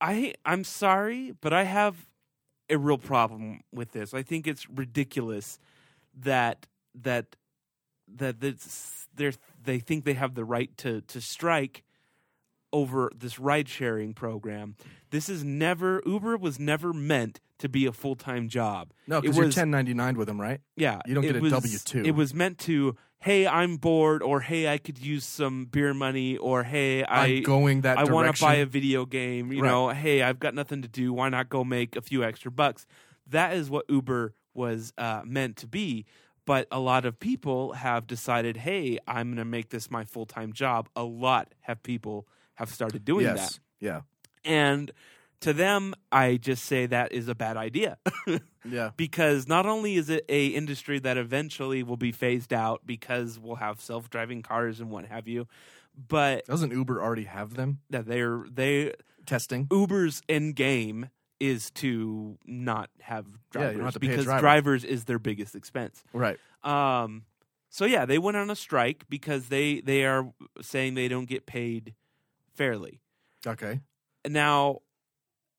Speaker 8: I I'm sorry, but I have a real problem with this. I think it's ridiculous that that that this, they're, they think they have the right to to strike over this ride sharing program. This is never Uber was never meant to be a full time job.
Speaker 7: No,
Speaker 8: It
Speaker 7: because you're
Speaker 8: was-
Speaker 7: 1099 with them, right?
Speaker 8: Yeah,
Speaker 7: You don't get
Speaker 8: it
Speaker 7: a
Speaker 8: was-
Speaker 7: W-2.
Speaker 8: It was meant to, hey, I'm bored, or hey, I could use some beer money, or hey, I
Speaker 7: I'm going that
Speaker 8: I want to
Speaker 7: direction.
Speaker 8: buy a video game. You
Speaker 7: Right.
Speaker 8: know, hey, I've got nothing to do. Why not go make a few extra bucks? That is what Uber was uh, meant to be. But a lot of people have decided, hey, I'm going to make this my full time job. A lot have people have started doing
Speaker 7: yes. Yeah.
Speaker 8: that, and to them, I just say that is a bad idea.
Speaker 7: Yeah.
Speaker 8: because not only is it a industry that eventually will be phased out because we'll have self-driving cars and what have you but
Speaker 7: Doesn't Uber already have them
Speaker 8: that they're they
Speaker 7: testing?
Speaker 8: uber's end game is to not have
Speaker 7: Yeah, you
Speaker 8: drivers
Speaker 7: don't have to pay a
Speaker 8: because
Speaker 7: driver.
Speaker 8: drivers is their biggest expense
Speaker 7: Right.
Speaker 8: um so yeah they went on a strike because they they are saying they don't get paid fairly
Speaker 7: Okay.
Speaker 8: now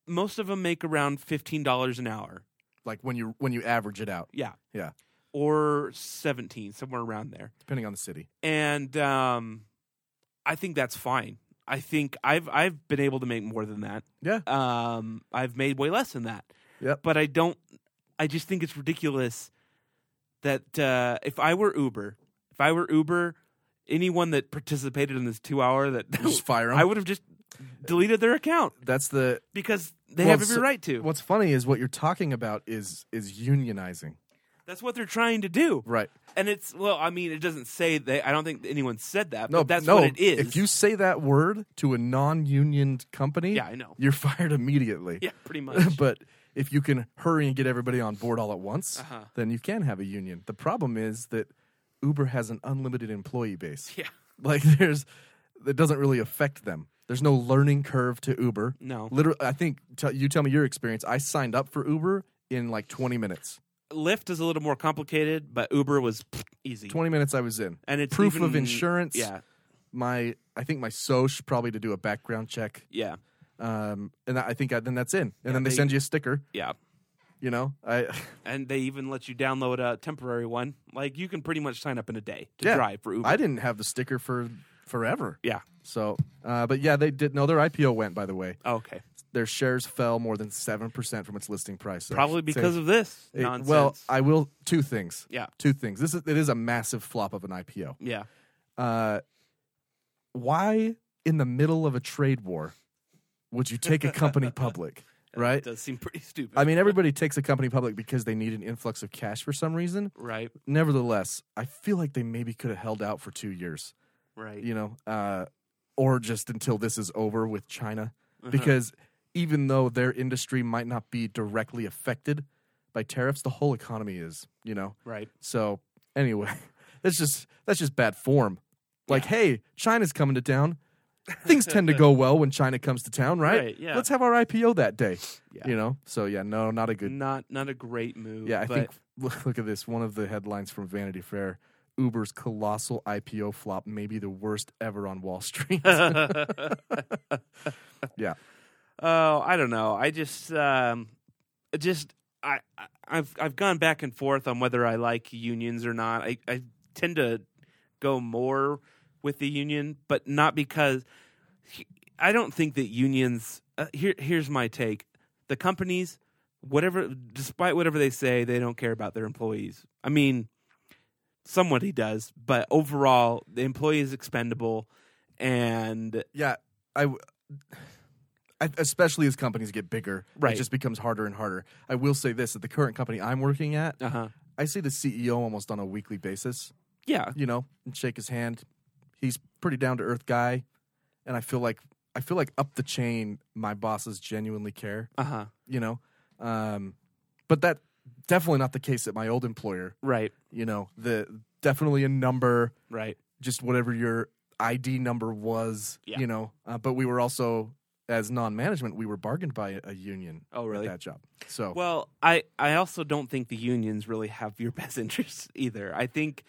Speaker 8: most of them make around $15 an hour
Speaker 7: Like when you when you average it out,
Speaker 8: yeah
Speaker 7: Yeah.
Speaker 8: or 17 somewhere around there
Speaker 7: depending on the city.
Speaker 8: and um, I think that's fine. I think I've I've been able to make more than that.
Speaker 7: Yeah.
Speaker 8: Um, I've made way less than that.
Speaker 7: Yep.
Speaker 8: But I don't. I just think it's ridiculous that uh, if I were Uber, if I were Uber, anyone that participated in this two hour that
Speaker 7: Just fire 'em.
Speaker 8: [LAUGHS] I would have just deleted their account
Speaker 7: That's the
Speaker 8: because they
Speaker 7: Well,
Speaker 8: have every
Speaker 7: so-
Speaker 8: right to.
Speaker 7: What's funny is what you're talking about is is unionizing.
Speaker 8: that's what they're trying to do.
Speaker 7: Right.
Speaker 8: And it's well, I mean, it doesn't say they. I don't think anyone said that.
Speaker 7: No,
Speaker 8: but that's
Speaker 7: no,
Speaker 8: what it is.
Speaker 7: If you say that word to a non-unioned company,
Speaker 8: Yeah, I know.
Speaker 7: You're [LAUGHS] fired immediately.
Speaker 8: [LAUGHS] yeah, pretty
Speaker 7: [LAUGHS]
Speaker 8: much.
Speaker 7: but if you can hurry and get everybody on board all at once,
Speaker 8: Uh-huh.
Speaker 7: then you can have a union. The problem is that Uber has an unlimited employee base.
Speaker 8: yeah.
Speaker 7: [LAUGHS] Like there's that doesn't really affect them. There's no learning curve to Uber.
Speaker 8: No.
Speaker 7: Literally I think t- you tell me your experience. I signed up for Uber in like 20 minutes.
Speaker 8: Lyft is a little more complicated, but Uber was [SNIFFS] easy.
Speaker 7: 20 minutes I was in.
Speaker 8: and it's
Speaker 7: proof
Speaker 8: even-
Speaker 7: of insurance.
Speaker 8: Yeah,
Speaker 7: My I think my soch probably to do a background check.
Speaker 8: yeah,
Speaker 7: Um and I think I, then that's in. And then they, send you a sticker,
Speaker 8: yeah.
Speaker 7: you know. I [LAUGHS]
Speaker 8: And they even let you download a temporary one. Like you can pretty much sign up in a day to
Speaker 7: Yeah.
Speaker 8: drive for Uber.
Speaker 7: I didn't have the sticker for forever.
Speaker 8: yeah.
Speaker 7: So, uh, but yeah, they did. No, their IPO went. By the way,
Speaker 8: Oh, okay.
Speaker 7: their shares fell more than seven percent from its listing price. So
Speaker 8: Probably
Speaker 7: I'd
Speaker 8: because
Speaker 7: say-
Speaker 8: of this
Speaker 7: it-
Speaker 8: nonsense.
Speaker 7: well, I will two things.
Speaker 8: Yeah.
Speaker 7: two things. This is it is a massive flop of an IPO.
Speaker 8: yeah,
Speaker 7: Uh, why in the middle of a trade war would you take a company
Speaker 8: [LAUGHS]
Speaker 7: public?
Speaker 8: it
Speaker 7: Right.
Speaker 8: does seem pretty stupid.
Speaker 7: I mean, everybody takes a company public because they need an influx of cash for some reason.
Speaker 8: right,
Speaker 7: Nevertheless, I feel like they maybe could have held out for two years.
Speaker 8: right.
Speaker 7: you know, uh, or just until this is over with China.
Speaker 8: Mm-hmm.
Speaker 7: Because even though their industry might not be directly affected by tariffs, the whole economy is, you know.
Speaker 8: right.
Speaker 7: So anyway, [LAUGHS] that's just that's just bad form. Like, hey, China's coming to town. Things tend to
Speaker 8: [LAUGHS]
Speaker 7: go well when China comes to town, right?
Speaker 8: Right, yeah.
Speaker 7: Let's have our IPO that day.
Speaker 8: Yeah.
Speaker 7: You know? So yeah, no, not a good
Speaker 8: Not not a great move.
Speaker 7: yeah, I
Speaker 8: but
Speaker 7: think [LAUGHS] look, look at this. One of the headlines from Vanity Fair: Uber's colossal IPO flop, maybe the worst ever on Wall
Speaker 8: [LAUGHS]
Speaker 7: Street. yeah,
Speaker 8: Oh, I don't know. I just, um, just I, I- I've I've gone back and forth on whether I like unions or not. I, I tend to go more with the union, but not because I don't think that unions. Uh, here, here's my take: the companies, whatever, despite whatever they say, they don't care about their employees. I mean, somebody does, but overall, the employee is expendable, and
Speaker 7: Yeah, I, w- I- especially as companies get bigger,
Speaker 8: Right.
Speaker 7: it just becomes harder and harder. I will say this: at the current company I'm working at,
Speaker 8: uh huh,
Speaker 7: I see the CEO almost on a weekly basis.
Speaker 8: yeah,
Speaker 7: You know, and shake his hand. He's pretty down to earth guy, and I feel like I feel like up the chain, my bosses genuinely care.
Speaker 8: uh huh,
Speaker 7: You know, um, but that definitely not the case at my old employer.
Speaker 8: right,
Speaker 7: You know, the definitely a number
Speaker 8: right,
Speaker 7: just whatever your ID number was,
Speaker 8: Yeah.
Speaker 7: you know. Uh, but we were also, as non-management, we were bargained by a, a union.
Speaker 8: Oh, really?
Speaker 7: At that job. So
Speaker 8: Well, I, I also don't think the unions really have your [LAUGHS] best interests either. I think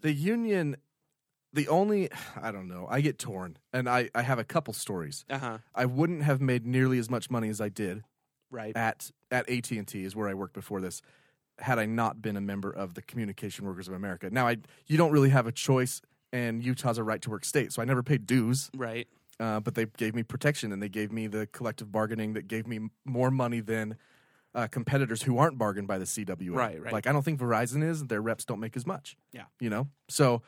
Speaker 7: the union, the only, [SIGHS] I don't know, I get torn, and I I have a couple stories.
Speaker 8: uh huh
Speaker 7: I wouldn't have made nearly as much money as I did
Speaker 8: right
Speaker 7: at at AT and T is where I worked before this. Had I not been a member of the Communication Workers of America, now I you don't really have a choice, and Utah's a right to work state, so I never paid dues.
Speaker 8: right
Speaker 7: uh, but they gave me protection and they gave me the collective bargaining that gave me m- more money than uh, competitors who aren't bargained by the CWA.
Speaker 8: Right, right.
Speaker 7: Like I don't think Verizon is. Their reps don't make as much.
Speaker 8: Yeah.
Speaker 7: you know. So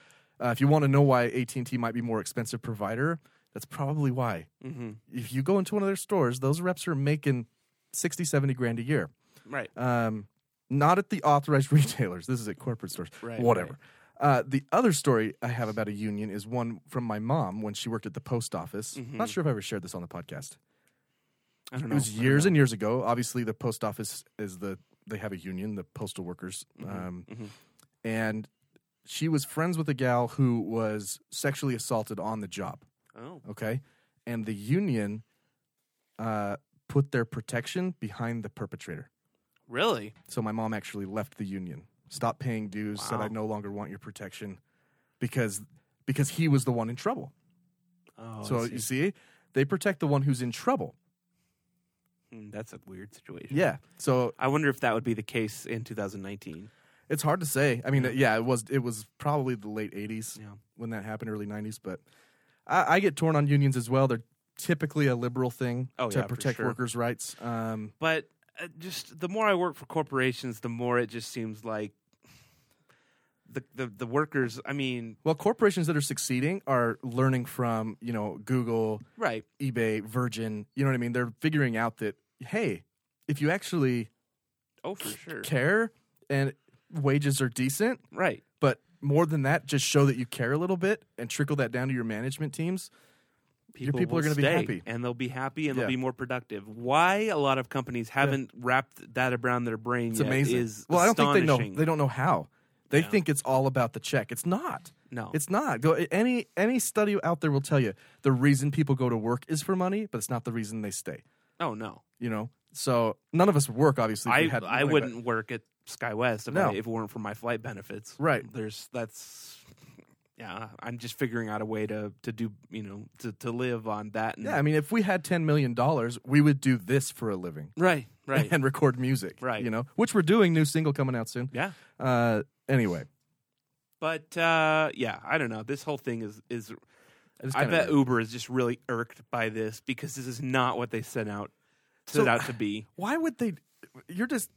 Speaker 7: uh, if you want to know why AT and T might be more expensive provider, that's probably why.
Speaker 8: mm-hmm.
Speaker 7: If you go into one of their stores, those reps are making 60, 70 grand a year.
Speaker 8: right
Speaker 7: Um, not at the authorized [LAUGHS] retailers. This is at corporate stores.
Speaker 8: Right,
Speaker 7: Whatever. Uh, the other story I have about a union is one from my mom when she worked at the post office. Not sure if I ever shared this on the podcast.
Speaker 8: Mm-hmm. I don't
Speaker 7: It
Speaker 8: know
Speaker 7: was years and years ago. Obviously, the post office is the they have a union, the postal workers,
Speaker 8: Mm-hmm,
Speaker 7: um, and she was friends with a gal who was sexually assaulted on the job
Speaker 8: oh
Speaker 7: okay and the union uh, put their protection behind the perpetrator
Speaker 8: really
Speaker 7: so my mom actually left the union stopped paying dues said
Speaker 8: Wow.
Speaker 7: i no longer want your protection because because he was the one in trouble
Speaker 8: oh
Speaker 7: so
Speaker 8: I
Speaker 7: you
Speaker 8: see.
Speaker 7: see they protect the one who's in trouble
Speaker 8: Mm, that's a weird situation
Speaker 7: yeah so
Speaker 8: I wonder if that would be the case in 2019
Speaker 7: it's hard to say i mean yeah, it was it was probably the late 80s
Speaker 8: Yeah.
Speaker 7: when that happened early 90s but I, I get torn on unions as well they're typically a liberal thing
Speaker 8: Oh,
Speaker 7: to
Speaker 8: yeah, for
Speaker 7: protect
Speaker 8: sure.
Speaker 7: workers rights um,
Speaker 8: but uh, just the more I work for corporations the more it just seems like the the, the workers I mean
Speaker 7: Well, corporations that are succeeding are learning from, you know, Google,
Speaker 8: right
Speaker 7: eBay, Virgin, you know what I mean? They're figuring out that, hey, if you actually
Speaker 8: oh for sure
Speaker 7: care and wages are decent,
Speaker 8: right
Speaker 7: but more than that, just show that you care a little bit and trickle that down to your management teams. people are
Speaker 8: will
Speaker 7: gonna be
Speaker 8: stay,
Speaker 7: happy.
Speaker 8: and they'll be happy and
Speaker 7: Yeah.
Speaker 8: they'll be more productive. Why a lot of companies haven't wrapped that around their brain
Speaker 7: It's
Speaker 8: yet
Speaker 7: amazing.
Speaker 8: is
Speaker 7: well, I don't think they know
Speaker 8: astonishing.
Speaker 7: they don't know how. They think it's all about the check. It's not.
Speaker 8: No.
Speaker 7: It's not. Go any any study out there will tell you the reason people go to work is for money, but it's not the reason they stay.
Speaker 8: Oh no,
Speaker 7: you know. So none of us work, obviously. if we
Speaker 8: I
Speaker 7: had
Speaker 8: I
Speaker 7: money,
Speaker 8: wouldn't work at SkyWest if,
Speaker 7: No.
Speaker 8: I, if it weren't for my flight benefits.
Speaker 7: Right.
Speaker 8: There's that's yeah. I'm just figuring out a way to to do you know to to live on that.
Speaker 7: but-
Speaker 8: And,
Speaker 7: Yeah, I mean, if we had ten million dollars, we would do this for a living
Speaker 8: Right. Right.
Speaker 7: and record music,
Speaker 8: Right.
Speaker 7: You know, which we're doing. New single coming out soon.
Speaker 8: yeah.
Speaker 7: Uh, anyway,
Speaker 8: But uh, yeah, I don't know. This whole thing is is.
Speaker 7: just
Speaker 8: I
Speaker 7: kinda
Speaker 8: bet
Speaker 7: weird.
Speaker 8: Uber is just really irked by this because this is not what they set out set
Speaker 7: So-
Speaker 8: out to be.
Speaker 7: why would they? You're just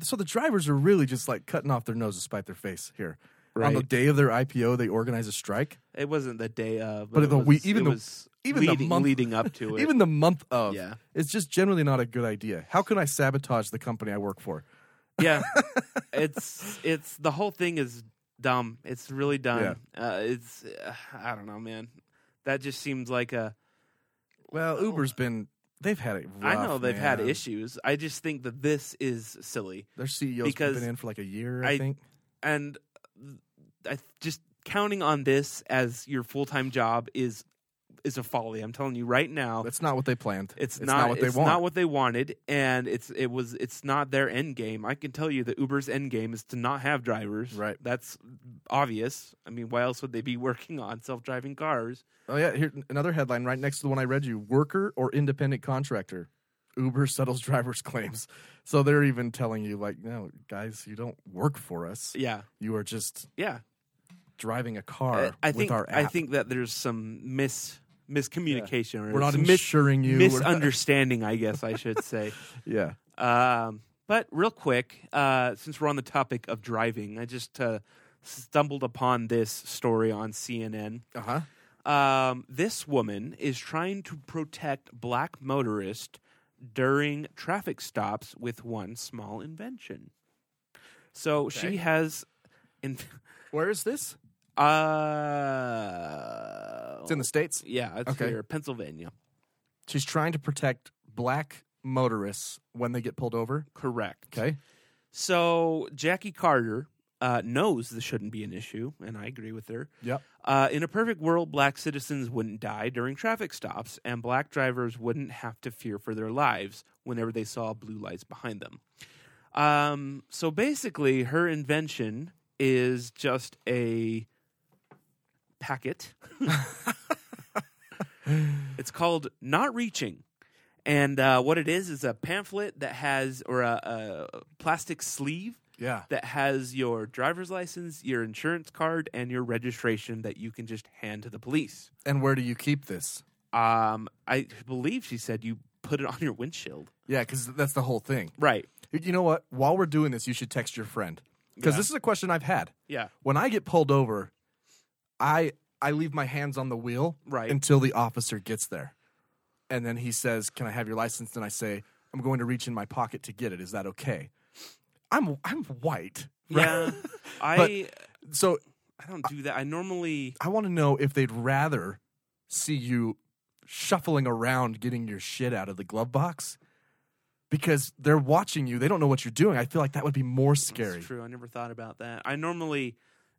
Speaker 7: so the drivers are really just like cutting off their nose to spite their face here. On the
Speaker 8: Right.
Speaker 7: day of their IPO, they organize a strike.
Speaker 8: It wasn't the day of,
Speaker 7: But
Speaker 8: it
Speaker 7: the
Speaker 8: was,
Speaker 7: week- even
Speaker 8: it
Speaker 7: the-
Speaker 8: was
Speaker 7: even the
Speaker 8: leading,
Speaker 7: month-
Speaker 8: leading up to
Speaker 7: [LAUGHS]
Speaker 8: it.
Speaker 7: Even the month of,
Speaker 8: Yeah.
Speaker 7: it's just generally not a good idea. How can I sabotage the company I work for? [LAUGHS]
Speaker 8: yeah, it's it's the whole thing is dumb. It's really dumb. Uh, it's uh, I don't know, man. That just seems like a.
Speaker 7: Well, Uber's been Oh. they've had it.
Speaker 8: I
Speaker 7: rough,
Speaker 8: know they've had
Speaker 7: man.
Speaker 8: issues. I just think that this is silly,
Speaker 7: Their CEO's
Speaker 8: Because
Speaker 7: been in for like a year, I,
Speaker 8: I-
Speaker 7: think.
Speaker 8: and uh, I th- just counting on this as your full time job is is a folly. I'm telling you right now.
Speaker 7: That's not what they planned.
Speaker 8: It's, not,
Speaker 7: what they
Speaker 8: it's
Speaker 7: want.
Speaker 8: not what they wanted, and it's it was it's not their end game. I can tell you that Uber's end game is to not have drivers.
Speaker 7: Right.
Speaker 8: That's obvious. I mean, why else would they be [LAUGHS] working on self driving cars?
Speaker 7: oh yeah, here another headline right next to the one I read you: worker or independent contractor. Uber settles drivers' claims. So they're even telling you, like, no, guys, you don't work for us.
Speaker 8: Yeah.
Speaker 7: You are just
Speaker 8: Yeah.
Speaker 7: driving a car
Speaker 8: I
Speaker 7: with
Speaker 8: think
Speaker 7: our app.
Speaker 8: I think that there's some mis miscommunication. Or
Speaker 7: We're not
Speaker 8: it's mis-
Speaker 7: insuring you. We're not-
Speaker 8: misunderstanding, I guess I should say.
Speaker 7: [LAUGHS] yeah.
Speaker 8: Um, but real quick, uh, since we're on the topic of driving, I just uh, stumbled upon this story on CNN.
Speaker 7: Uh huh.
Speaker 8: Um, this woman is trying to protect black motorists during traffic stops with one small invention. So she has, in,
Speaker 7: Where is this?
Speaker 8: uh,
Speaker 7: It's in the states.
Speaker 8: yeah, it's
Speaker 7: Okay.
Speaker 8: here, Pennsylvania.
Speaker 7: She's trying to protect black motorists when they get pulled over.
Speaker 8: Correct.
Speaker 7: Okay.
Speaker 8: So Jackie Carter uh, knows this shouldn't be an issue, and I agree with her.
Speaker 7: Yep.
Speaker 8: Uh, in a perfect world, black citizens wouldn't die during traffic stops, and black drivers wouldn't have to fear for their lives whenever they saw blue lights behind them. Um, so basically, her invention is just a packet. [LAUGHS] it's called Not Reaching. And uh, what it is is a pamphlet that has, or a, a plastic sleeve
Speaker 7: Yeah.
Speaker 8: that has your driver's license, your insurance card, and your registration that you can just hand to the police.
Speaker 7: And where do you keep this?
Speaker 8: Um, I believe she said you put it on your windshield.
Speaker 7: Yeah, because that's the whole thing.
Speaker 8: Right.
Speaker 7: You know what? While we're doing this, you should text your friend because
Speaker 8: Yeah.
Speaker 7: this is a question I've had.
Speaker 8: Yeah.
Speaker 7: When I get pulled over, I I leave my hands on the wheel
Speaker 8: Right.
Speaker 7: until the officer gets there, and then he says, "Can I have your license?" And I say, "I'm going to reach in my pocket to get it. Is that okay?" I'm I'm white,
Speaker 8: [LAUGHS]
Speaker 7: [LAUGHS]
Speaker 8: Yeah. I
Speaker 7: so
Speaker 8: I don't do that. I normally
Speaker 7: I want to know if they'd rather see you shuffling around getting your shit out of the glove box because they're watching you. They don't know what you're doing. I feel like that would be more scary.
Speaker 8: It's true. I never thought about that. I normally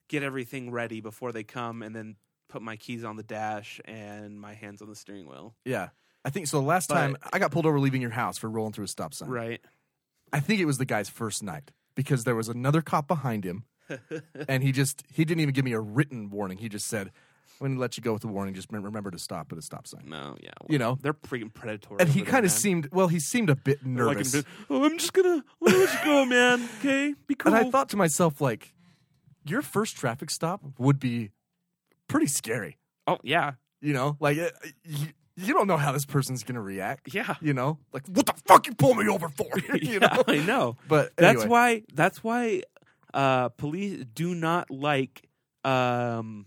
Speaker 8: get everything ready before they come and then put my keys on the dash and my hands on the steering wheel.
Speaker 7: Yeah. I think so. The last time I got pulled over leaving your house for rolling through a stop sign.
Speaker 8: Right.
Speaker 7: I think it was the guy's first night because there was another cop behind
Speaker 8: [LAUGHS]
Speaker 7: him, and he just he didn't even give me a written warning. He just said, "I'm going to let you go with the warning. Just rem- remember to stop at a stop sign."
Speaker 8: No, yeah. well,
Speaker 7: You know?
Speaker 8: They're pretty predatory.
Speaker 7: And he
Speaker 8: over there,
Speaker 7: kind of
Speaker 8: man.
Speaker 7: seemed well. He seemed a bit
Speaker 8: Like,
Speaker 7: nervous.
Speaker 8: oh, I'm just gonna let you
Speaker 7: [LAUGHS]
Speaker 8: go, man. Okay, be cool.
Speaker 7: And I thought to myself, like, your first traffic stop would be pretty scary.
Speaker 8: oh yeah,
Speaker 7: You know, like uh, you, you don't know how this person's gonna react.
Speaker 8: Yeah.
Speaker 7: You know,
Speaker 8: [LAUGHS]
Speaker 7: like what the fuck you pull me over for? [LAUGHS] you know.
Speaker 8: I
Speaker 7: [LAUGHS]
Speaker 8: know.
Speaker 7: But
Speaker 8: That's
Speaker 7: anyway.
Speaker 8: why. That's why uh, police do not like um,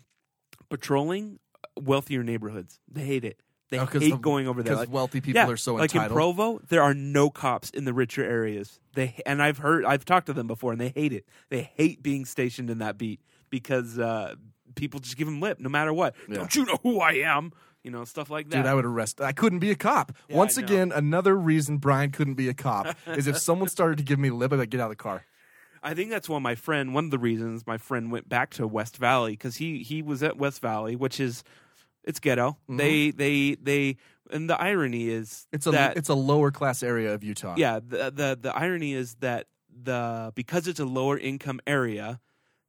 Speaker 8: patrolling wealthier neighborhoods. They hate it. They
Speaker 7: Oh, 'cause
Speaker 8: hate
Speaker 7: the-
Speaker 8: going over there.
Speaker 7: 'cause
Speaker 8: Like-
Speaker 7: wealthy people
Speaker 8: yeah,
Speaker 7: are so
Speaker 8: like in
Speaker 7: entitled.
Speaker 8: Provo, there are no cops in the richer areas. They and I've heard, I've talked to them before, and they hate it. They hate being stationed in that beat because uh, people just give them lip no matter what. Don't you know who I am? You know stuff like that.
Speaker 7: Dude, I would arrest. I couldn't be a cop. Once
Speaker 8: I know.
Speaker 7: again, another reason Brian couldn't be a
Speaker 8: [LAUGHS]
Speaker 7: cop is if someone started to give me lip, I'd be like, get out of the car.
Speaker 8: I think that's why my friend. One of the reasons my friend went back to West Valley because he he was at West Valley, which is it's ghetto. They they they and the irony is
Speaker 7: Mm-hmm. It's a
Speaker 8: that
Speaker 7: it's a lower class area of Utah.
Speaker 8: yeah the, the the irony is that the because it's a lower income area,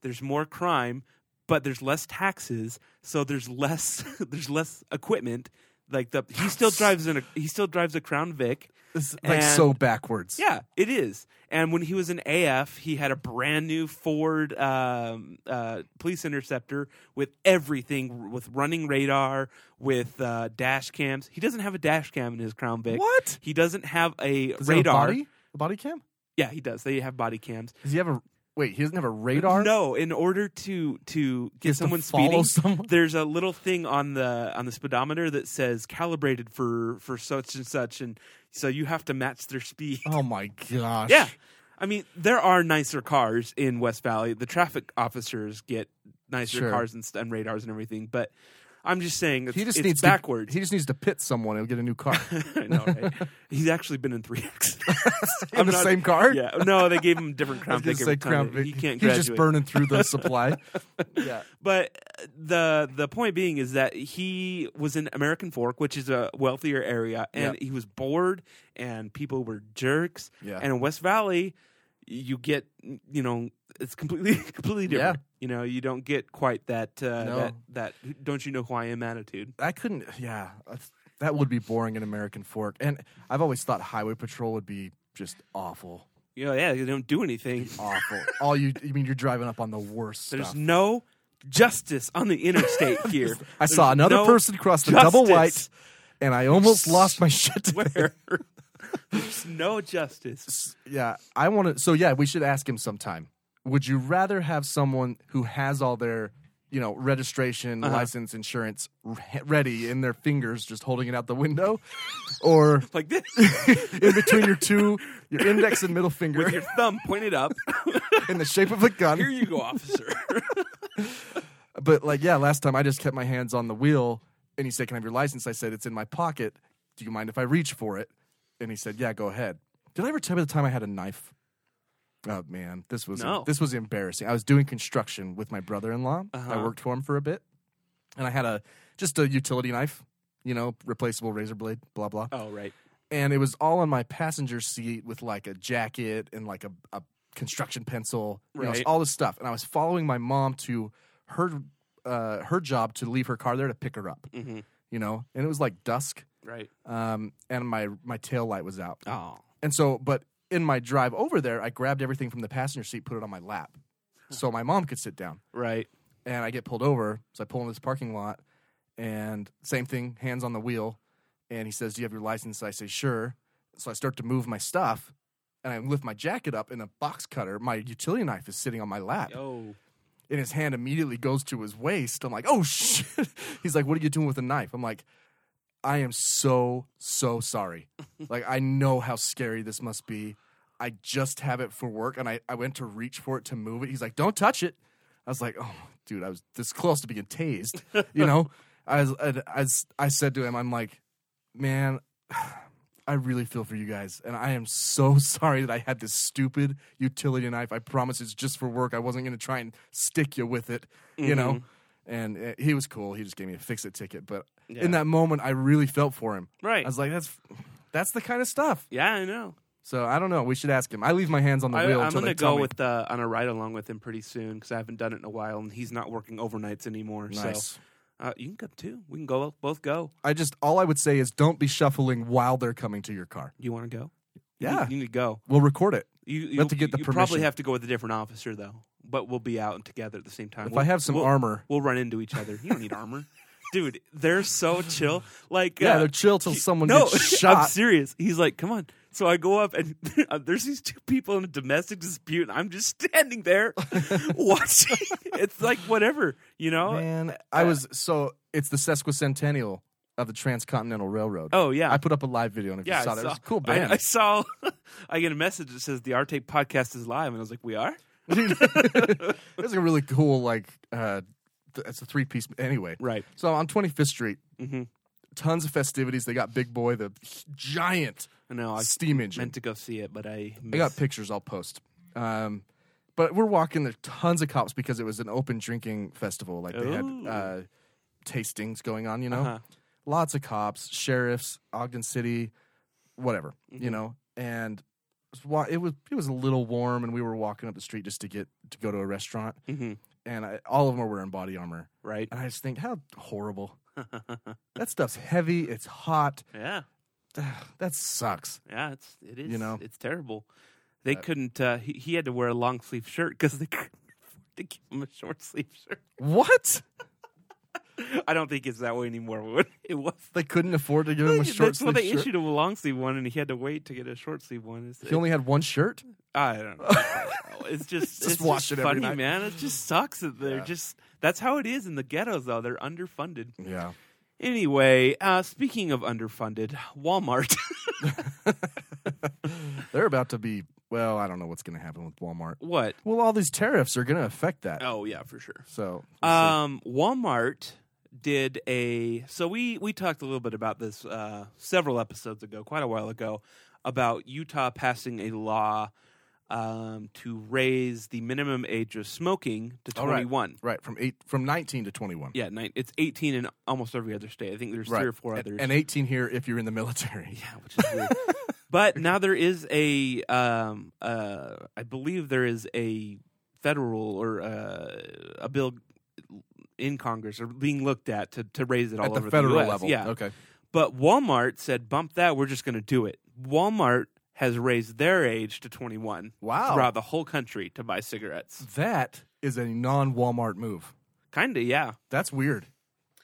Speaker 8: there's more crime, but there's less taxes, so there's less [LAUGHS] there's less equipment. Like the he still drives in a he still drives a Crown Vic.
Speaker 7: it's like so
Speaker 8: And-
Speaker 7: backwards.
Speaker 8: Yeah, it is. And when he was an AF, he had a brand new Ford um, uh, police interceptor with everything, with running radar, with uh, dash cams. He doesn't have a dash cam in his Crown Vic.
Speaker 7: What?
Speaker 8: He doesn't have
Speaker 7: Does
Speaker 8: a
Speaker 7: he have a
Speaker 8: radar.
Speaker 7: body? A body cam?
Speaker 8: Yeah, he does. They have body cams.
Speaker 7: Does he have a wait? He doesn't have a radar.
Speaker 8: No, in order to to get
Speaker 7: has to
Speaker 8: someone
Speaker 7: follow
Speaker 8: speeding,
Speaker 7: someone?
Speaker 8: there's a little thing on the on the speedometer that says calibrated for for such and such, and so you have to match their speed.
Speaker 7: Oh my gosh.
Speaker 8: Yeah. I mean, there are nicer cars in West Valley. The traffic officers get nicer
Speaker 7: Sure.
Speaker 8: cars and, st- and radars and everything, but I'm just saying it's,
Speaker 7: He just
Speaker 8: it's
Speaker 7: needs
Speaker 8: backwards.
Speaker 7: To, he just needs to pit someone and get a new car.
Speaker 8: [LAUGHS] I know,
Speaker 7: [LAUGHS]
Speaker 8: right? He's actually been in three accidents.
Speaker 7: In the same car?
Speaker 8: Yeah. No, they gave him different
Speaker 7: I was
Speaker 8: Crown
Speaker 7: gonna
Speaker 8: Vic.
Speaker 7: say
Speaker 8: every
Speaker 7: Crown
Speaker 8: time.
Speaker 7: Vic.
Speaker 8: He
Speaker 7: He's
Speaker 8: can't graduate.
Speaker 7: just burning through the
Speaker 8: [LAUGHS]
Speaker 7: supply. yeah.
Speaker 8: But uh, the the point being is that he was in American Fork, which is a wealthier area, and
Speaker 7: Yep.
Speaker 8: he was bored, and people were jerks.
Speaker 7: Yeah.
Speaker 8: And in West Valley, you get you know it's completely [LAUGHS] completely different.
Speaker 7: Yeah.
Speaker 8: You know, you don't get quite that uh,
Speaker 7: No.
Speaker 8: that that don't you know who I am attitude.
Speaker 7: I couldn't. Yeah, that's- that would be boring in American Fork. And I've always thought Highway Patrol would be just awful,
Speaker 8: You know, yeah, you don't do anything. [LAUGHS]
Speaker 7: awful. All you, I mean, you're driving up on the worst
Speaker 8: There's
Speaker 7: stuff.
Speaker 8: no justice on the
Speaker 7: [LAUGHS]
Speaker 8: interstate here.
Speaker 7: I saw
Speaker 8: There's
Speaker 7: another
Speaker 8: no
Speaker 7: person cross the
Speaker 8: justice
Speaker 7: double white, and I
Speaker 8: [LAUGHS]
Speaker 7: almost lost my shit. Today.
Speaker 8: Where [LAUGHS] there's no justice.
Speaker 7: Yeah, I want to. So yeah, we should ask him sometime. Would you rather have someone who has all their, you know, registration,
Speaker 8: Uh-huh.
Speaker 7: license, insurance re- ready in their fingers, just holding it out the window, or [LAUGHS]
Speaker 8: Like [LAUGHS] this,
Speaker 7: in between your two, your index and middle finger,
Speaker 8: with your thumb pointed up.
Speaker 7: in the shape of a gun?
Speaker 8: Here you go, officer.
Speaker 7: But like, yeah, last time I just kept my hands on the wheel, and he said, "Can I have your license?" I said, "It's in my pocket. Do you mind if I reach for it?" And he said, "Yeah, go ahead." Did I ever tell you the time I had a knife? Oh man, this was
Speaker 8: No.
Speaker 7: this was embarrassing. I was doing construction with my brother-in-law.
Speaker 8: Uh-huh.
Speaker 7: I worked for him for a bit, and I had a just a utility knife, you know, replaceable razor blade, blah blah
Speaker 8: oh, right.
Speaker 7: and it was all on my passenger seat with like a jacket and like a, a construction pencil, you know,
Speaker 8: Right.
Speaker 7: all this stuff. And I was following my mom to her uh, her job to leave her car there to pick her up, you know. And it was like dusk,
Speaker 8: Right.
Speaker 7: um, and my my tail light was out.
Speaker 8: Oh.
Speaker 7: And so, but in my drive over there, I grabbed everything from the passenger seat, put it on my lap, so my mom could sit down
Speaker 8: Right.
Speaker 7: and I get pulled over. So I pull in this parking lot, and same thing, hands on the wheel. And he says, "Do you have your license?" I say, "Sure." So I start to move my stuff, and I lift my jacket up, and a box cutter, my utility knife, is sitting on my lap.
Speaker 8: Oh.
Speaker 7: And his hand immediately goes to his waist. I'm like, "Oh shit!" [LAUGHS] He's like, "What are you doing with a knife?" I'm like, "I am so so sorry. like I know how scary this must be." I just have it for work and I, I went to reach for it to move it. He's like, don't touch it. I was like, oh, dude, I was this close to being tased. You know, I, was, I, I, I said to him, I'm like, man, [SIGHS] I really feel for you guys. And I am so [LAUGHS] sorry that I had this stupid utility knife. I promise it's just for work. I wasn't going to try and stick you with it, you know?
Speaker 8: Mm-hmm.
Speaker 7: And uh, he was cool. He just gave me a fix it ticket. But in that moment, I really felt for him.
Speaker 8: Right.
Speaker 7: I was like, that's. That's the kind of stuff.
Speaker 8: Yeah, I know.
Speaker 7: So I don't know. We should ask him. I leave my hands on the
Speaker 8: I,
Speaker 7: wheel.
Speaker 8: I'm
Speaker 7: until
Speaker 8: going to
Speaker 7: they tell
Speaker 8: go
Speaker 7: me.
Speaker 8: with uh, on a ride along with him pretty soon because I haven't done it in a while, and he's not working overnights anymore.
Speaker 7: [LAUGHS] Nice.
Speaker 8: So uh, you can come too. We can go both go.
Speaker 7: I just all I would say is don't be shuffling while they're coming to your car.
Speaker 8: You want to go?
Speaker 7: Yeah,
Speaker 8: you, you need to go.
Speaker 7: we'll record it.
Speaker 8: You
Speaker 7: We'll
Speaker 8: you
Speaker 7: have to get the
Speaker 8: you
Speaker 7: permission.
Speaker 8: probably have to go with a different officer though, but we'll be out and together at the same time.
Speaker 7: If
Speaker 8: We'll-
Speaker 7: I have some
Speaker 8: we'll-
Speaker 7: armor.
Speaker 8: we'll run into each other. You don't need armor, [LAUGHS] dude. They're so chill. Like
Speaker 7: Yeah,
Speaker 8: uh,
Speaker 7: they're chill till someone
Speaker 8: no,
Speaker 7: gets
Speaker 8: [LAUGHS] I'm
Speaker 7: shot.
Speaker 8: serious. He's like, come on. So I go up and [LAUGHS] uh, there's these two people in a domestic dispute, and I'm just [LAUGHS] standing
Speaker 7: [LAUGHS]
Speaker 8: there watching. [LAUGHS] It's like whatever, you know.
Speaker 7: Man, I was so it's the sesquicentennial of the Transcontinental Railroad.
Speaker 8: Oh yeah,
Speaker 7: I put up a live video, and if
Speaker 8: yeah,
Speaker 7: you saw
Speaker 8: I
Speaker 7: that, it
Speaker 8: saw-
Speaker 7: was a cool
Speaker 8: I-
Speaker 7: [LAUGHS] band.
Speaker 8: I, saw. [LAUGHS] I get a message that says the Arte podcast is live, and I was like, we are.
Speaker 7: It's a really cool like uh th- it's a three piece anyway.
Speaker 8: Right. Mm-hmm.
Speaker 7: So on 25th Street, tons of festivities. They got Big Boy, the h- giant
Speaker 8: I know. I
Speaker 7: steam engine.
Speaker 8: meant to go see it, but I. Missed.
Speaker 7: I got pictures I'll post. Um, but we're walking. There's tons of cops because it was an open drinking festival. Like they
Speaker 8: Ooh.
Speaker 7: had uh, tastings going on, you know?
Speaker 8: Uh-huh.
Speaker 7: Lots of cops, sheriffs, Ogden City, whatever,
Speaker 8: Mm-hmm.
Speaker 7: you know? And it was wa- it was it was a little warm, and we were walking up the street just to get to go to a restaurant.
Speaker 8: Mhm.
Speaker 7: And I, all of them were wearing body armor.
Speaker 8: right.
Speaker 7: And I just think, how
Speaker 8: [LAUGHS]
Speaker 7: horrible. that stuff's heavy. It's hot.
Speaker 8: Yeah.
Speaker 7: That sucks.
Speaker 8: Yeah, it's it is.
Speaker 7: You know?
Speaker 8: it's terrible. They couldn't. Uh, he, he had to wear a long sleeve shirt because they [LAUGHS] couldn't afford to give him a short sleeve shirt.
Speaker 7: What?
Speaker 8: [LAUGHS] I don't think it's that way anymore. but It was.
Speaker 7: They couldn't afford to give him a short
Speaker 8: [LAUGHS] That's why
Speaker 7: sleeve
Speaker 8: they
Speaker 7: shirt.
Speaker 8: issued him a long sleeve one, and he had to wait to get a short sleeve one. It's,
Speaker 7: He only had one shirt.
Speaker 8: I
Speaker 7: [LAUGHS]
Speaker 8: don't know. it's just
Speaker 7: Just
Speaker 8: it's
Speaker 7: wash it every
Speaker 8: funny,
Speaker 7: night.
Speaker 8: man. It just sucks that they're just. That's how it is in the ghettos, though. They're underfunded.
Speaker 7: Yeah.
Speaker 8: Anyway, uh, speaking of underfunded, Walmart. [LAUGHS]
Speaker 7: They're about to be, well, I don't know what's going to happen with Walmart.
Speaker 8: what?
Speaker 7: Well, all these tariffs are going to affect that.
Speaker 8: Oh yeah, for sure.
Speaker 7: So,
Speaker 8: Um, Walmart did a so we we talked a little bit about this uh, several episodes ago, quite a while ago, about Utah passing a law um, to raise the minimum age of smoking to
Speaker 7: All right.
Speaker 8: twenty one.
Speaker 7: right, from eight, from 19 to 21.
Speaker 8: Yeah, nine, it's eighteen in almost every other state. I think there's
Speaker 7: Right.
Speaker 8: three or four
Speaker 7: And-
Speaker 8: others.
Speaker 7: And 18 here if you're in the military. [LAUGHS]
Speaker 8: Yeah, which is weird. but now there is a, um, uh, I believe there is a federal or uh, a bill in Congress or being looked at to, to raise it all
Speaker 7: At
Speaker 8: over
Speaker 7: the federal
Speaker 8: US.
Speaker 7: level.
Speaker 8: Yeah.
Speaker 7: Okay.
Speaker 8: But Walmart said, bump that. We're just going to do it. Walmart has raised their age to 21
Speaker 7: Wow.
Speaker 8: throughout the whole country to buy cigarettes.
Speaker 7: That is a non Walmart move.
Speaker 8: Kinda, yeah.
Speaker 7: That's weird.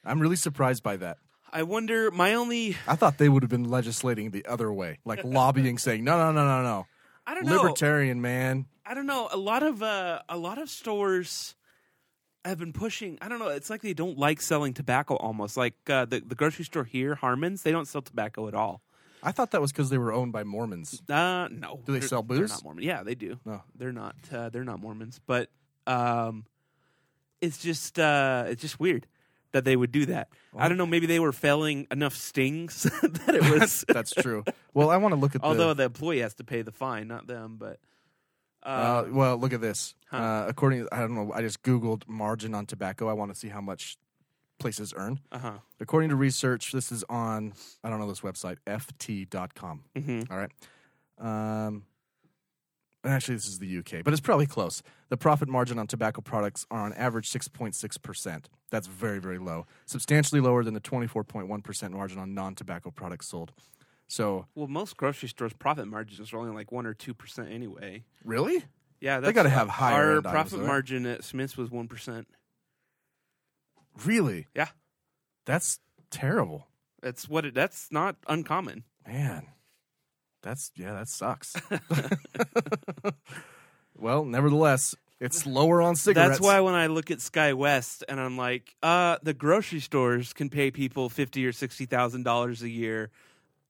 Speaker 7: I'm really surprised by that.
Speaker 8: I wonder. My only,
Speaker 7: I thought they would have been legislating the other way,
Speaker 8: [LAUGHS]
Speaker 7: like lobbying, saying, no, no, no, no, no.
Speaker 8: I don't know.
Speaker 7: Libertarian, man.
Speaker 8: I don't know. A lot of uh, a lot of stores have been pushing. I don't know. It's like they don't like selling tobacco. Almost like uh, the the grocery store here, Harmons, they don't sell tobacco at all.
Speaker 7: I thought that was because they were owned by
Speaker 8: [LAUGHS]
Speaker 7: Mormons.
Speaker 8: Uh, no.
Speaker 7: Do they
Speaker 8: They're-
Speaker 7: sell
Speaker 8: they're
Speaker 7: booze?
Speaker 8: not Mormon. Yeah, they do.
Speaker 7: No.
Speaker 8: they're not. Uh, they're not Mormons. But um, it's just uh, it's just weird that they would do that. I don't know. Maybe they were failing enough stings [LAUGHS] that it was.
Speaker 7: [LAUGHS] That's true. Well, I want to look at
Speaker 8: Although
Speaker 7: the.
Speaker 8: the employee has to pay the fine, not them. But
Speaker 7: Uh,
Speaker 8: uh,
Speaker 7: well, look at this.
Speaker 8: Huh.
Speaker 7: Uh, according, I don't know. I just googled margin on tobacco. I want to see how much places earn.
Speaker 8: uh huh.
Speaker 7: According to research, this is on I don't know this website ft.com.
Speaker 8: Mm-hmm.
Speaker 7: All right. Um, and actually, this is the UK, but it's probably close. The profit margin on tobacco products are on average 6.6%. That's very, very low. Substantially lower than the 24.1% margin on non tobacco products sold. So,
Speaker 8: Well, most grocery stores' profit margins are only like one or two percent anyway.
Speaker 7: really?
Speaker 8: Yeah,
Speaker 7: They
Speaker 8: that's,
Speaker 7: gotta have higher
Speaker 8: Our
Speaker 7: end items,
Speaker 8: profit
Speaker 7: right?
Speaker 8: margin at Smith's was one percent.
Speaker 7: Really?
Speaker 8: Yeah.
Speaker 7: That's terrible.
Speaker 8: That's what. It, that's not uncommon.
Speaker 7: Man, that's, yeah, that sucks. [LAUGHS] well, nevertheless, it's lower on cigarettes.
Speaker 8: That's why when I look at Sky West and I'm like, uh, the grocery stores can pay people fifty or sixty thousand dollars a year.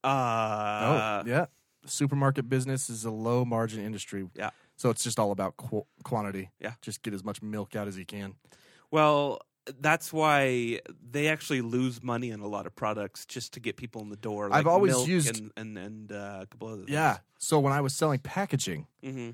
Speaker 8: Uh,
Speaker 7: Oh, yeah. Supermarket business is a low margin industry.
Speaker 8: Yeah.
Speaker 7: So it's just all about qu- quantity.
Speaker 8: Yeah.
Speaker 7: Just get as much milk out as you can.
Speaker 8: Well, that's why they actually lose money on a lot of products just to get people in the door. Like
Speaker 7: I've always
Speaker 8: milk
Speaker 7: used-
Speaker 8: and and, and uh, a couple other
Speaker 7: So when I was selling packaging,
Speaker 8: hmm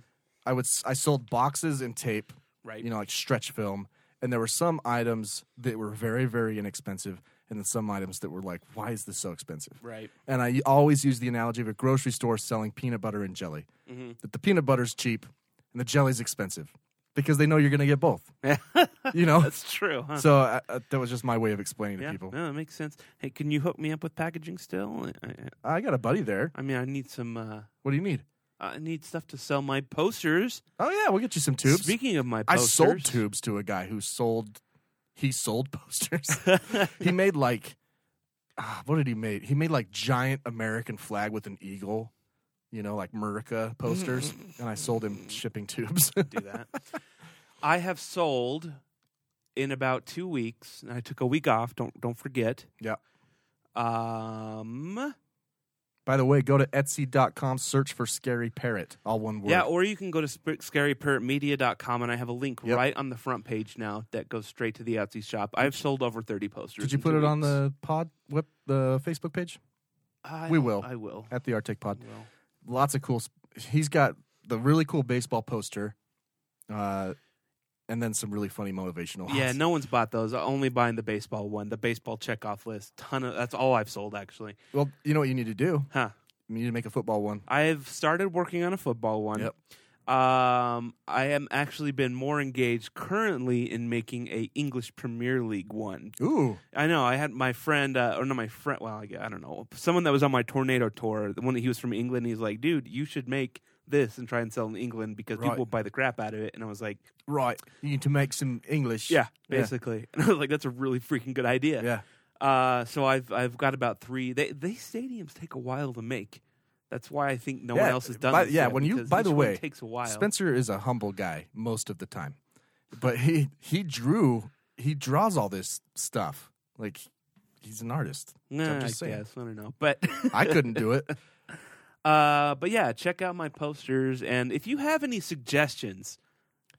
Speaker 7: I would s- I sold boxes and tape,
Speaker 8: right.
Speaker 7: you know, like stretch film, and there were some items that were very very inexpensive and then some items that were like why is this so expensive?
Speaker 8: right.
Speaker 7: And I always use the analogy of a grocery store selling peanut butter and jelly.
Speaker 8: Mm-hmm.
Speaker 7: That the peanut butter's cheap and the jelly's expensive because they know you're going to get
Speaker 8: [LAUGHS]
Speaker 7: both. you know.
Speaker 8: That's true. Huh?
Speaker 7: So I, I, that was just my way of explaining to
Speaker 8: yeah,
Speaker 7: people.
Speaker 8: no, that makes sense. Hey, can you hook me up with packaging still? I, I-
Speaker 7: I got a buddy there.
Speaker 8: I mean, I need some. Uh,
Speaker 7: What do you need?
Speaker 8: I need stuff to sell my posters.
Speaker 7: Oh yeah, we'll get you some tubes.
Speaker 8: Speaking of my
Speaker 7: I
Speaker 8: posters,
Speaker 7: sold tubes to a guy who sold. He sold [LAUGHS] posters.
Speaker 8: [LAUGHS]
Speaker 7: he made like, ah, what did he make? He made like giant American flag with an eagle, you know, like Murica
Speaker 8: [LAUGHS]
Speaker 7: posters, and I sold him shipping tubes. [LAUGHS]
Speaker 8: do that. I have sold in about two weeks, and I took a week off. Don't don't forget.
Speaker 7: Yeah.
Speaker 8: Um.
Speaker 7: By the way, go to Etsy.com, search for Scary Parrot, all one word.
Speaker 8: Yeah, or you can go to sp- scaryparrotmedia.com, and I have a link
Speaker 7: Yep.
Speaker 8: right on the front page now that goes straight to the Etsy shop. I've sold over thirty posters.
Speaker 7: Did you
Speaker 8: in
Speaker 7: put
Speaker 8: two
Speaker 7: it on
Speaker 8: weeks.
Speaker 7: the pod, web, the Facebook page
Speaker 8: I-
Speaker 7: we will.
Speaker 8: I will.
Speaker 7: at the Arctic Pod?
Speaker 8: I will.
Speaker 7: lots of cool. sp- He's got the really cool baseball poster, uh, and then some really funny motivational.
Speaker 8: Yeah,
Speaker 7: ones.
Speaker 8: no one's bought those. I'm only buying the baseball one, the baseball checkoff list. Ton of that's all I've sold actually.
Speaker 7: Well, you know what you need to do?
Speaker 8: Huh.
Speaker 7: You need to make a football one.
Speaker 8: I've started working on a football one. Um, I am actually been more engaged currently in making a English Premier League one.
Speaker 7: Ooh.
Speaker 8: I know I had my friend, uh, or no, my friend. Well, I, I don't know someone that was on my tornado tour. The one that he was from England. He's like, dude, you should make this and try and sell in England because
Speaker 7: Right.
Speaker 8: people will buy the crap out of it. And I was like,
Speaker 7: Right. You need to make some English.
Speaker 8: yeah, basically. [LAUGHS] And I was like, that's a really freaking good idea.
Speaker 7: Yeah.
Speaker 8: Uh, so I've I've got about three. They they stadiums take a while to make. That's why I think no one
Speaker 7: Yeah,
Speaker 8: else has done.
Speaker 7: by-
Speaker 8: this
Speaker 7: yeah,
Speaker 8: yet,
Speaker 7: when you-
Speaker 8: because
Speaker 7: by
Speaker 8: each
Speaker 7: the
Speaker 8: one
Speaker 7: way,
Speaker 8: takes a while.
Speaker 7: Spencer is a humble guy most of the time, but he he drew he draws all this stuff like he's an artist.
Speaker 8: Nah,
Speaker 7: I'm just
Speaker 8: I
Speaker 7: saying.
Speaker 8: guess I don't know,
Speaker 7: [LAUGHS]
Speaker 8: but
Speaker 7: I couldn't do it.
Speaker 8: uh, but yeah, check out my posters, and if you have any suggestions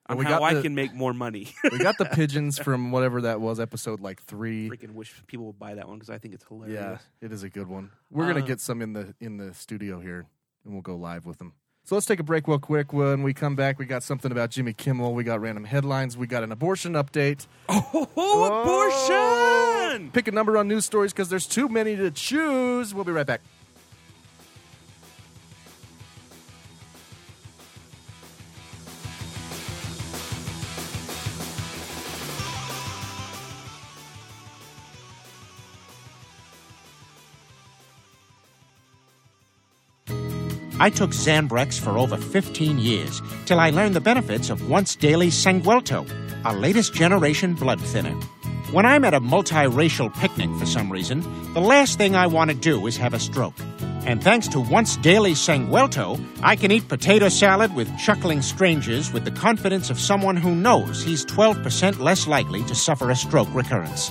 Speaker 8: on
Speaker 7: Well, we
Speaker 8: how
Speaker 7: got
Speaker 8: I
Speaker 7: the-
Speaker 8: can make more
Speaker 7: [LAUGHS]
Speaker 8: money, [LAUGHS]
Speaker 7: We got the pigeons from whatever that was, episode like three.
Speaker 8: freaking wish people would buy that one because I think it's hilarious.
Speaker 7: Yeah, it is a good one. We're gonna
Speaker 8: Uh,
Speaker 7: get some in the in the studio here, and we'll go live with them. So let's take a break real quick. When we come back, we got something about Jimmy Kimmel. We got random headlines. We got an abortion update.
Speaker 8: Oh, abortion!
Speaker 7: Pick a number on news stories because there's too many to choose. We'll be right back.
Speaker 9: I took Zambrex for over 15 years till I learned the benefits of once daily Sanguelto, a latest generation blood thinner. When I'm at a multiracial picnic for some reason, the last thing I want to do is have a stroke. And thanks to once daily Sanguelto, I can eat potato salad with chuckling strangers with the confidence of someone who knows he's 12% less likely to suffer a stroke recurrence.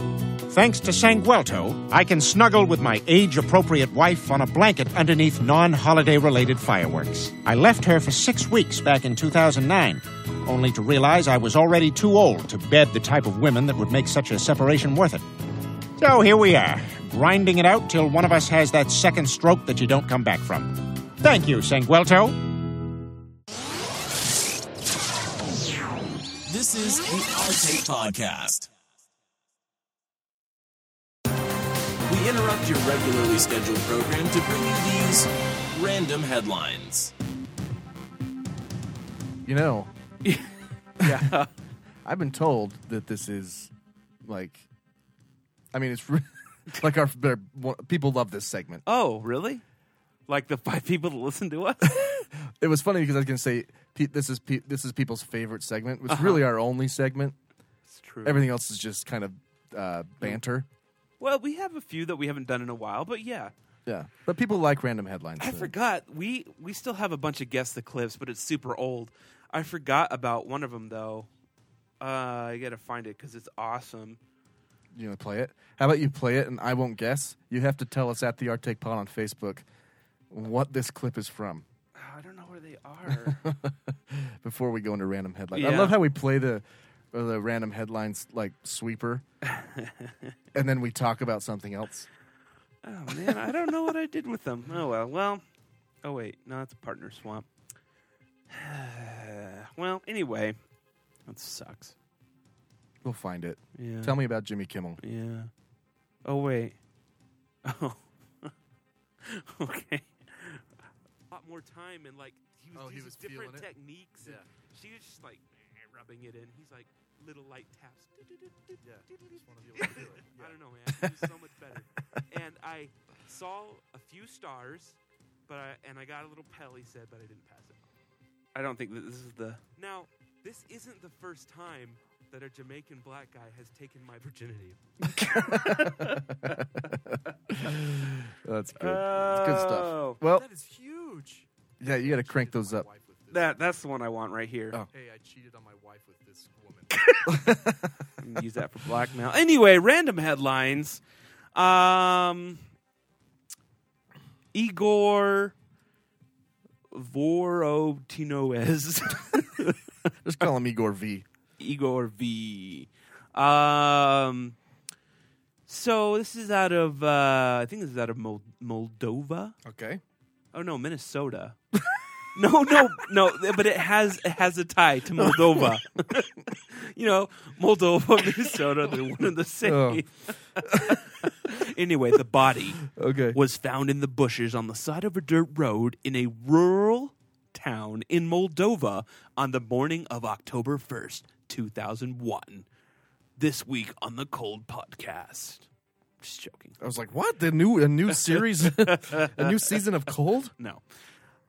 Speaker 9: Thanks to Sanguelto, I can snuggle with my age appropriate wife on a blanket underneath non holiday related fireworks. I left her for six weeks back in 2009, only to realize I was already too old to bed the type of women that would make such a separation worth it. So here we are, grinding it out till one of us has that second stroke that you don't come back from. Thank you, Sanguelto.
Speaker 4: This is the Our Take Podcast. We interrupt your regularly scheduled program to bring you these random headlines.
Speaker 7: You
Speaker 8: [LAUGHS]
Speaker 7: know. I've been told that this is like I mean it's [LAUGHS] re- like our they're- people love this segment.
Speaker 8: Oh, really? Like the five people that listen to
Speaker 7: [LAUGHS]
Speaker 8: us?
Speaker 7: It was funny because I was going to say pe- this is pe- this is people's favorite segment.
Speaker 8: Uh-huh.
Speaker 7: It's really our only segment.
Speaker 8: It's true.
Speaker 7: Everything else is just kind of uh, banter.
Speaker 8: Well, we have a few that we haven't done in a while, but yeah.
Speaker 7: Yeah, but people like random headlines.
Speaker 8: I
Speaker 7: so-
Speaker 8: forgot. We we still have a bunch of guess the clips, but it's super old. I forgot about one of them though. Uh, I gotta find it because it's awesome.
Speaker 7: You gonna play it? How about you play it and I won't guess. You have to tell us at the Arctic Pod on Facebook what this clip is from
Speaker 8: Ah, I don't know where they are.
Speaker 7: before we go into random headlines. I
Speaker 8: Yeah.
Speaker 7: love how we play the uh, the random headlines like sweeper, and then we talk about something else.
Speaker 8: oh man, I don't know what I did with them. Oh well, well. Oh wait, no, it's a partner swamp. [SIGHS] well, anyway, that sucks.
Speaker 7: We'll find it.
Speaker 8: Yeah.
Speaker 7: Tell me about Jimmy Kimmel.
Speaker 8: Yeah. Oh wait. [LAUGHS] Oh. [LAUGHS] okay. A lot more time and like he was
Speaker 5: Oh, he
Speaker 8: using
Speaker 5: was feeling
Speaker 8: different
Speaker 5: it?
Speaker 8: techniques. And she was just like eh, rubbing it in. He's like little light taps. Yeah. [LAUGHS] I don't know, man. It was so much
Speaker 5: [LAUGHS]
Speaker 8: better. and I saw a few stars, but I and I got a little pell. He said, but I didn't pass it. I don't think that this is the. Now, this isn't the first time that a Jamaican black guy has taken my virginity.
Speaker 7: That's good. It's good stuff. Well,
Speaker 5: That is huge.
Speaker 7: yeah, you got to crank those up.
Speaker 8: That that's the one I want right here.
Speaker 7: Oh.
Speaker 5: Hey, I cheated on my wife with this
Speaker 8: [LAUGHS]
Speaker 5: woman.
Speaker 8: You can Use that for blackmail. Anyway, random headlines. Um, Igor Vorotinoez.
Speaker 7: Just call him Igor V.
Speaker 8: [LAUGHS] Igor V. Um, so this is out of uh, I think this is out of Mol- Moldova.
Speaker 7: Okay.
Speaker 8: Oh no, Minnesota. [LAUGHS] no, no, no. But it has it has a tie to Moldova. [LAUGHS] you know, Moldova, [LAUGHS] Minnesota, they're one and the same.
Speaker 7: Oh.
Speaker 8: [LAUGHS] anyway, the body
Speaker 7: Okay.
Speaker 8: was found in the bushes on the side of a dirt road in a rural town in Moldova on the morning of October first, two thousand one. This week on the Cold Podcast. Just joking.
Speaker 7: I was like, "What? The new a new series, [LAUGHS] a new season of Cold?"
Speaker 8: No.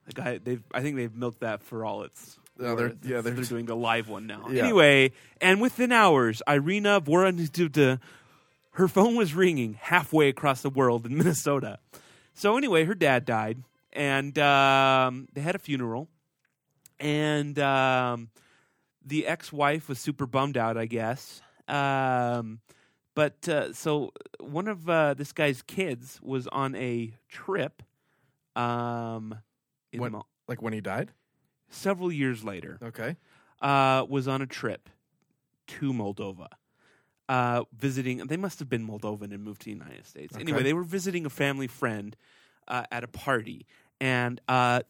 Speaker 8: The guy, they've, I think they've milked that for all it's.
Speaker 7: No, they're-
Speaker 8: worth.
Speaker 7: yeah, they're-
Speaker 8: they're doing the live one now.
Speaker 7: Yeah.
Speaker 8: Anyway, and within hours, Irina Vorontuta, her phone was ringing halfway across the world in [LAUGHS] Minnesota. So anyway, her dad died, and um, they had a funeral, and um, the ex-wife was super bummed out, I guess. Um, but uh, so one of uh, this guy's kids was on a trip um, in
Speaker 7: When-
Speaker 8: Mo-
Speaker 7: Like when he died?
Speaker 8: several years later
Speaker 7: Okay.
Speaker 8: uh, was on a trip to Moldova, uh, visiting. They must have been Moldovan and moved to the United States. Anyway,
Speaker 7: Okay.
Speaker 8: they were visiting a family friend uh, at a party, and uh,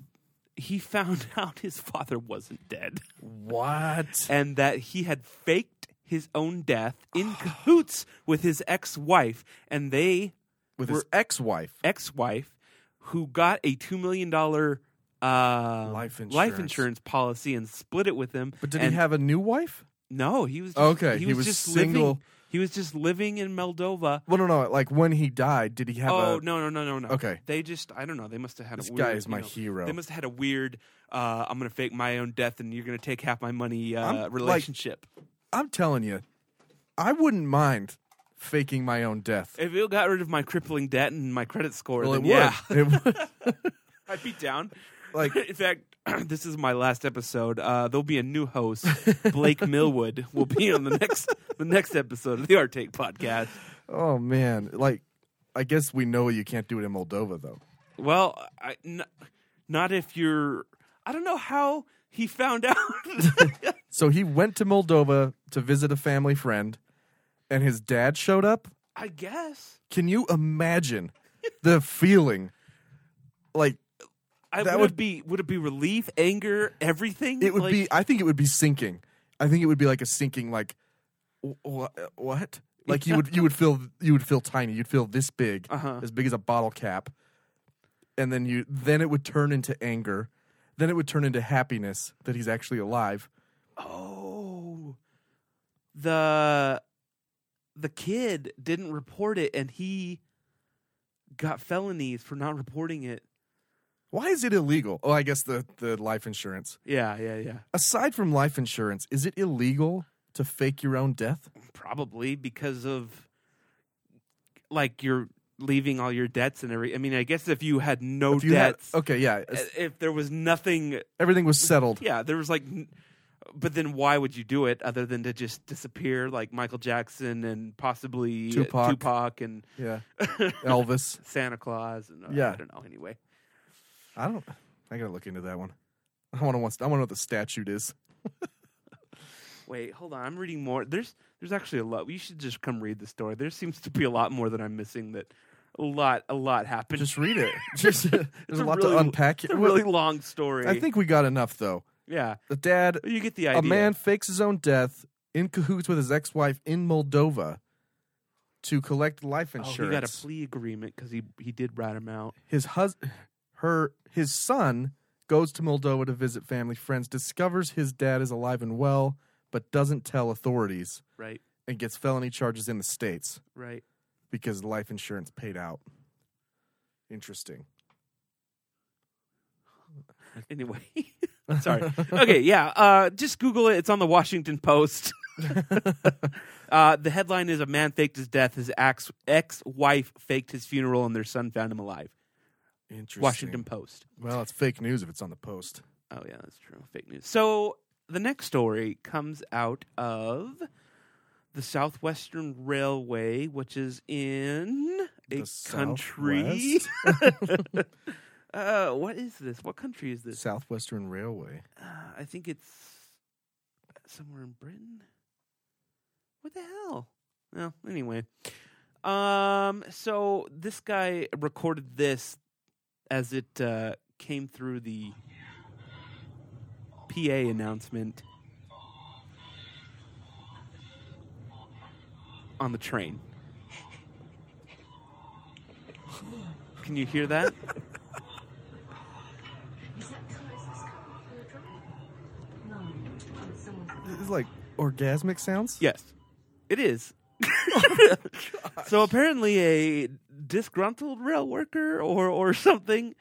Speaker 8: he [LAUGHS] found out his father wasn't dead
Speaker 7: What?
Speaker 8: and that he had faked his own death in cahoots with his ex-wife, and they
Speaker 7: With
Speaker 8: We're-
Speaker 7: his ex-wife.
Speaker 8: ex-wife who got a two million dollar uh,
Speaker 7: Life insurance.
Speaker 8: life insurance policy and split it with him.
Speaker 7: But did
Speaker 8: and
Speaker 7: he have a new wife?
Speaker 8: No, he was just,
Speaker 7: Okay,
Speaker 8: He
Speaker 7: he
Speaker 8: was,
Speaker 7: was
Speaker 8: just Living,
Speaker 7: single.
Speaker 8: he was just living in Moldova.
Speaker 7: Well, no, no. Like when he died, did he have
Speaker 8: oh
Speaker 7: a?
Speaker 8: no, no, no, no, no.
Speaker 7: Okay.
Speaker 8: they just I don't know. They must have had
Speaker 7: This
Speaker 8: a
Speaker 7: guy
Speaker 8: weird,
Speaker 7: is my
Speaker 8: you know,
Speaker 7: hero.
Speaker 8: They must have had a weird. Uh, I'm gonna fake my own death, and you're gonna take half my money.
Speaker 7: I'm,
Speaker 8: Uh,
Speaker 7: like-
Speaker 8: relationship.
Speaker 7: I'm telling you, I wouldn't mind faking my own death.
Speaker 8: If it got rid of my crippling debt and my credit score,
Speaker 7: Well, it
Speaker 8: then
Speaker 7: would.
Speaker 8: yeah,
Speaker 7: It would.
Speaker 8: [LAUGHS] I'd be down. [LAUGHS]
Speaker 7: Like-
Speaker 8: in fact, [CLEARS THROAT] this is my last episode. Uh, there'll be a new host,
Speaker 7: [LAUGHS]
Speaker 8: Blake Millwood, will be on the next the next episode of the Art Take podcast.
Speaker 7: Oh man, like I guess we know you can't do it in Moldova though.
Speaker 8: Well, I n- not if you're. I don't know how he
Speaker 7: [LAUGHS]
Speaker 8: found out. [LAUGHS]
Speaker 7: So he went to Moldova to visit a family friend, and his dad showed up.
Speaker 8: I guess
Speaker 7: Can you imagine the feeling? Like
Speaker 8: I,
Speaker 7: That
Speaker 8: would,
Speaker 7: would-
Speaker 8: it be would it be relief, anger, everything?
Speaker 7: it would
Speaker 8: Like,
Speaker 7: be. I think it would be sinking. I think it would be like a sinking. Like wh- wh- what? Like you would you would feel you would feel tiny. You'd feel this big,
Speaker 8: Uh-huh.
Speaker 7: as big as a bottle cap, and then you then it would turn into anger. Then it would turn into happiness that he's actually alive.
Speaker 8: Oh, the the kid didn't report it, and he got felonies for not reporting it.
Speaker 7: Why is it illegal? Oh, I guess the, the life insurance.
Speaker 8: Yeah, yeah, yeah.
Speaker 7: Aside from life insurance, is it illegal to fake your own death?
Speaker 8: Probably because of like you're leaving all your debts and every. I mean, I guess if you had no
Speaker 7: If you had-
Speaker 8: debts, uh,
Speaker 7: okay, yeah. it's-
Speaker 8: if there was nothing,
Speaker 7: Everything was settled.
Speaker 8: yeah, there was like. n- But then, why would you do it other than to just disappear like Michael Jackson and possibly
Speaker 7: Tupac.
Speaker 8: Tupac and [LAUGHS]
Speaker 7: Yeah. Elvis.
Speaker 8: Santa Claus and uh,
Speaker 7: Yeah.
Speaker 8: I don't know. Anyway,
Speaker 7: I don't I gotta look into that one. I wanna want I wanna know what the statute is.
Speaker 8: Wait, hold on. I'm reading more. There's there's actually a lot. You should just come read the story. There seems to be a lot more that I'm missing. That a lot a lot happened.
Speaker 7: Just read
Speaker 8: [LAUGHS]
Speaker 7: it. Just
Speaker 8: It's
Speaker 7: there's a lot
Speaker 8: really-
Speaker 7: to unpack.
Speaker 8: It's a
Speaker 7: Well,
Speaker 8: really long story.
Speaker 7: I think we got enough though.
Speaker 8: Yeah,
Speaker 7: The dad
Speaker 8: But you get the idea.
Speaker 7: a man fakes his own death in cahoots with his ex wife in Moldova to collect life
Speaker 8: Oh,
Speaker 7: insurance.
Speaker 8: he got a plea agreement because he he did rat him out.
Speaker 7: his hus her his son goes to Moldova to visit family friends, discovers his dad is alive and well, but doesn't tell authorities
Speaker 8: Right,
Speaker 7: and gets felony charges in the states [LAUGHS]
Speaker 8: right.
Speaker 7: because life insurance paid out. Interesting.
Speaker 8: Anyway, [LAUGHS] sorry. Okay, yeah. Uh, just Google it. It's on the Washington Post. [LAUGHS] uh, the headline is: A man faked his death. His ex ex wife faked his funeral, and their son found him alive.
Speaker 7: Interesting.
Speaker 8: Washington Post.
Speaker 7: Well, it's fake news if it's on the post.
Speaker 8: Oh yeah, that's true. Fake news. So the next story comes out of the Southwestern Railway, which is in a
Speaker 7: The
Speaker 8: country. [LAUGHS] uh, what is this? What country is this?
Speaker 7: Southwestern Railway.
Speaker 8: Uh, I think it's somewhere in Britain. What the hell? Well, anyway. Um, so this guy recorded this as it uh, came through the PA announcement on the train. Can you hear that?
Speaker 7: It's like orgasmic sounds?
Speaker 8: Yes, it
Speaker 7: [LAUGHS]
Speaker 8: is. so apparently, a disgruntled rail worker or or something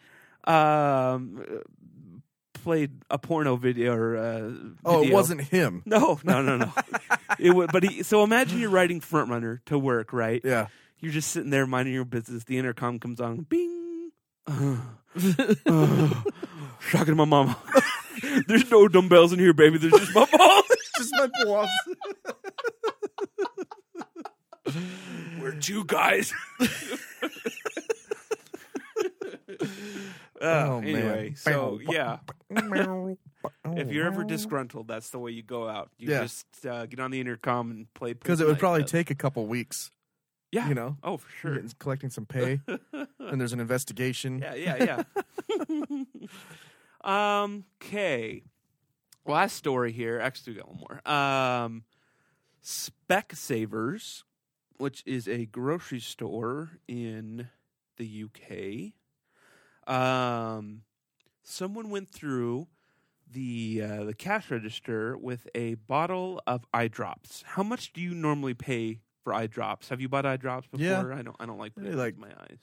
Speaker 8: um, played a porno video. Or, uh,
Speaker 7: Oh, it
Speaker 8: video.
Speaker 7: wasn't him.
Speaker 8: No, no, no,
Speaker 7: [LAUGHS]
Speaker 8: no. it would, but he, so imagine you're riding front runner to work, right?
Speaker 7: Yeah.
Speaker 8: You're just sitting there minding your business. The intercom comes on.
Speaker 7: [LAUGHS]
Speaker 8: Bing. [SIGHS] Shocking my mama. [LAUGHS] There's no dumbbells in here, baby. There's just my balls. [LAUGHS]
Speaker 7: Just my balls.
Speaker 8: We're two guys. [LAUGHS] Uh,
Speaker 7: Oh, man.
Speaker 8: anyway, so yeah, [LAUGHS] if you're
Speaker 7: [LAUGHS]
Speaker 8: ever
Speaker 7: disgruntled.
Speaker 8: disgruntled, that's the way you go out. You
Speaker 7: Yeah.
Speaker 8: just uh, get on the intercom and play
Speaker 7: because it would
Speaker 8: like
Speaker 7: probably
Speaker 8: that.
Speaker 7: take a couple weeks.
Speaker 8: yeah,
Speaker 7: you know,
Speaker 8: Oh, for sure.
Speaker 7: Getting- collecting some pay, and there's an investigation.
Speaker 8: [LAUGHS] Yeah, yeah, yeah. um, okay. Last story here. Actually, we got one more. Um, Spec Savers, which is a grocery store in the UK. Um, someone went through the uh, the cash register with a bottle of eye drops. How much do you normally pay for eye drops? Have you bought eye drops before?
Speaker 7: Yeah.
Speaker 8: I don't. I don't like
Speaker 7: They're
Speaker 8: putting it
Speaker 7: like-
Speaker 8: in my eyes.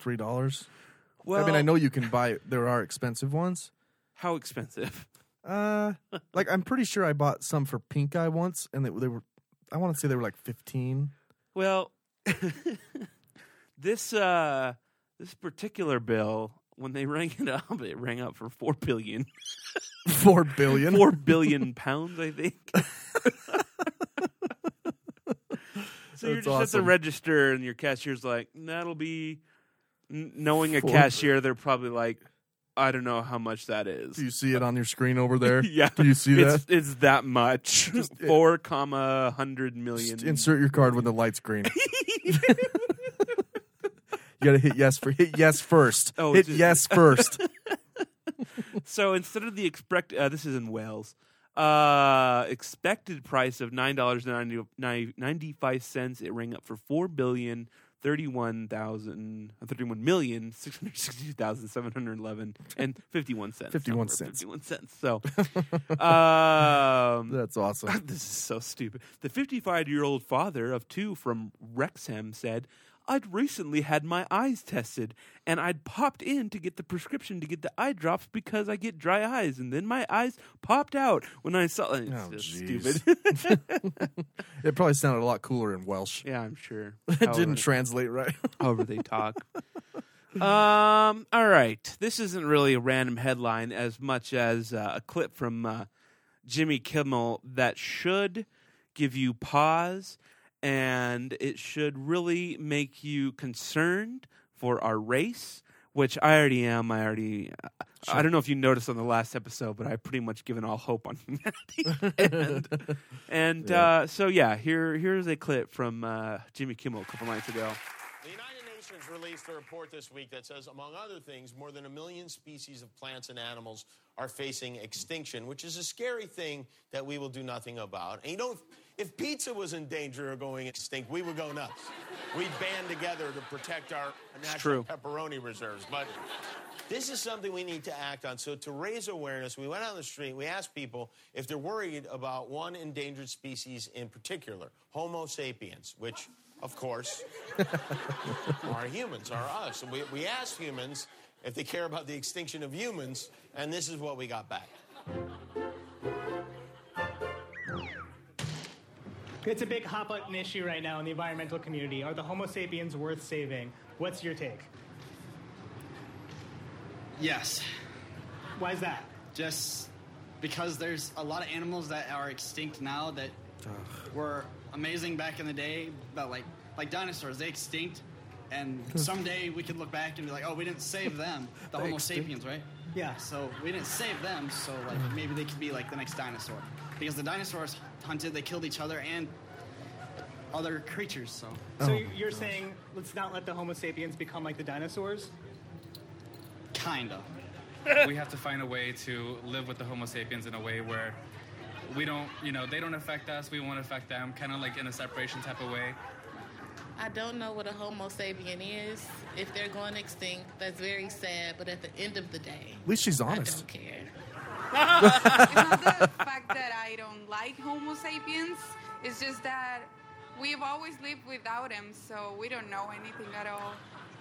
Speaker 7: Three dollars.
Speaker 8: Well,
Speaker 7: I mean, I know you can buy. There are expensive ones.
Speaker 8: How expensive? [LAUGHS]
Speaker 7: Uh, like I'm pretty sure I bought some for Pink Eye once, and they, they were, I want to say they were like 15.
Speaker 8: Well, [LAUGHS] this uh, this particular bill, when they rang it up, it rang up for
Speaker 7: [LAUGHS]
Speaker 8: four billion,
Speaker 7: Four billion.
Speaker 8: four billion pounds, I think.
Speaker 7: [LAUGHS]
Speaker 8: so you're
Speaker 7: That's
Speaker 8: just at the
Speaker 7: awesome.
Speaker 8: register, and your cashier's like, "That'll be." N- knowing a
Speaker 7: Four-
Speaker 8: cashier, they're probably like, "I don't know how much that is."
Speaker 7: Do you see it on your screen over there?
Speaker 8: [LAUGHS] Yeah.
Speaker 7: Do you see that?
Speaker 8: It's, it's that much.
Speaker 7: Just-
Speaker 8: Four comma hundred million.
Speaker 7: Just insert your card when the light's green. [LAUGHS] you gotta hit yes for hit yes first.
Speaker 8: Oh,
Speaker 7: hit
Speaker 8: just-
Speaker 7: yes
Speaker 8: [LAUGHS]
Speaker 7: first.
Speaker 8: So instead of the expect, uh, this is in Wales. Uh, expected price of nine dollars and ninety five cents. It rang up for four billion thirty one thousand thirty one million six hundred sixty two thousand seven hundred eleven and fifty one cents.
Speaker 7: 51 cents.
Speaker 8: Fifty one cents. So, [LAUGHS] um,
Speaker 7: That's awesome.
Speaker 8: [LAUGHS] this is so stupid. The 55 year old father of two from Wrexham said, I'd recently had my eyes tested, and I'd popped in to get the prescription to get the eye drops because I get dry eyes, and then my eyes popped out when I saw. It's
Speaker 7: Oh,
Speaker 8: just
Speaker 7: jeez.
Speaker 8: stupid. [LAUGHS]
Speaker 7: It probably sounded a lot cooler in Welsh.
Speaker 8: yeah, Oh, I'm sure. [LAUGHS]
Speaker 7: It
Speaker 8: However-
Speaker 7: didn't translate
Speaker 8: [LAUGHS]
Speaker 7: right.
Speaker 8: however they talk. um. All right. This isn't really a random headline as much as uh, a clip from uh, Jimmy Kimmel that should give you pause, and it should really make you concerned for our race. Which I already am. I already. uh, I don't know if you noticed on the last episode, but I've pretty much given all hope on [LAUGHS] humanity. and and Uh, so yeah, here here's a clip from uh, Jimmy Kimmel a couple nights ago.
Speaker 2: The United Nations released a report this week that says, among other things, more than a million species of plants and animals are facing extinction, which is a scary thing that we will do nothing about. And you know, if, if pizza was in danger of going extinct, we would go nuts. We'd band together to protect our national
Speaker 8: true.
Speaker 2: pepperoni reserves. But this is something we need to act on. So, to raise awareness, we went on the street, we asked people if they're worried about one endangered species in particular, Homo sapiens, which, of course, are humans, are us. And we, we asked humans if they care about the extinction of humans, and this is what we got back.
Speaker 10: It's a big hot button issue right now in the environmental community. Are the Homo sapiens worth saving? What's your take?
Speaker 11: Yes,
Speaker 10: Why is that?
Speaker 11: just because there's a lot of animals that are extinct now that were amazing back in the day, but like like dinosaurs, they extinct, and someday we could look back and be like, oh, we didn't
Speaker 10: [LAUGHS]
Speaker 11: save them, the Homo sapiens, right?
Speaker 10: Yeah. Mm.
Speaker 11: So we didn't save them, so like maybe they could be like the next dinosaur, because the dinosaurs hunted, they killed each other and other creatures. So
Speaker 10: So you're you're saying let's not let the Homo sapiens become like the dinosaurs?
Speaker 11: kind of.
Speaker 12: we have to find a way to live with the Homo sapiens in a way where we don't, you know, they don't affect us, we won't affect them, kind of like in a separation type of way.
Speaker 13: I don't know what a Homo sapien is. If they're going extinct, that's very sad. But at the end of the day,
Speaker 7: At least she's
Speaker 13: I
Speaker 7: honest.
Speaker 13: don't care.
Speaker 14: It's not the fact that I don't like Homo sapiens. It's just that we've always lived without him, so we don't know anything at all.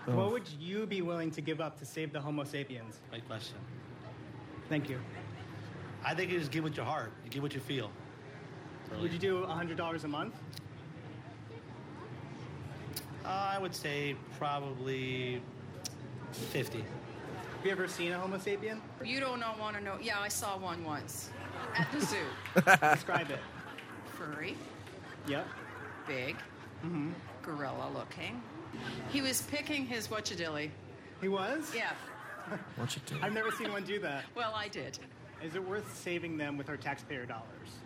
Speaker 10: What would you be willing to give up to save the Homo sapiens?
Speaker 15: Great question.
Speaker 10: Thank you.
Speaker 15: I think you just give with your heart. You give what you feel.
Speaker 10: Would you do $100 a month?
Speaker 15: Uh, I would say probably 50.
Speaker 10: Have you ever seen a Homo sapien?
Speaker 14: You don't know, want to know. Yeah, I saw one once at the zoo.
Speaker 10: Describe it.
Speaker 14: Furry,
Speaker 10: Yep.
Speaker 14: big, gorilla looking.
Speaker 13: He was picking his watchadilly.
Speaker 10: He was?
Speaker 14: Yeah.
Speaker 7: What you do?
Speaker 10: I've never seen one do that.
Speaker 13: Well, I did.
Speaker 10: Is it worth saving them with our taxpayer dollars?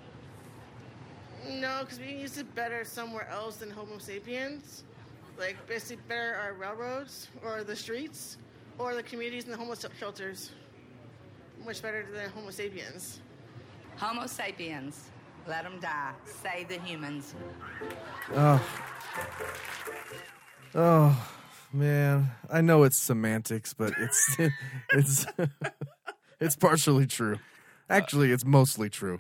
Speaker 13: No, because we can use it better somewhere else than Homo sapiens. Like, basically, better our railroads or the streets or the communities and the homeless shelters. Much better than Homo sapiens.
Speaker 14: Homo sapiens. Let them die. Save the humans.
Speaker 7: Oh. Oh man, I know it's semantics, but it's [LAUGHS] it's it's partially true. Actually, it's mostly true.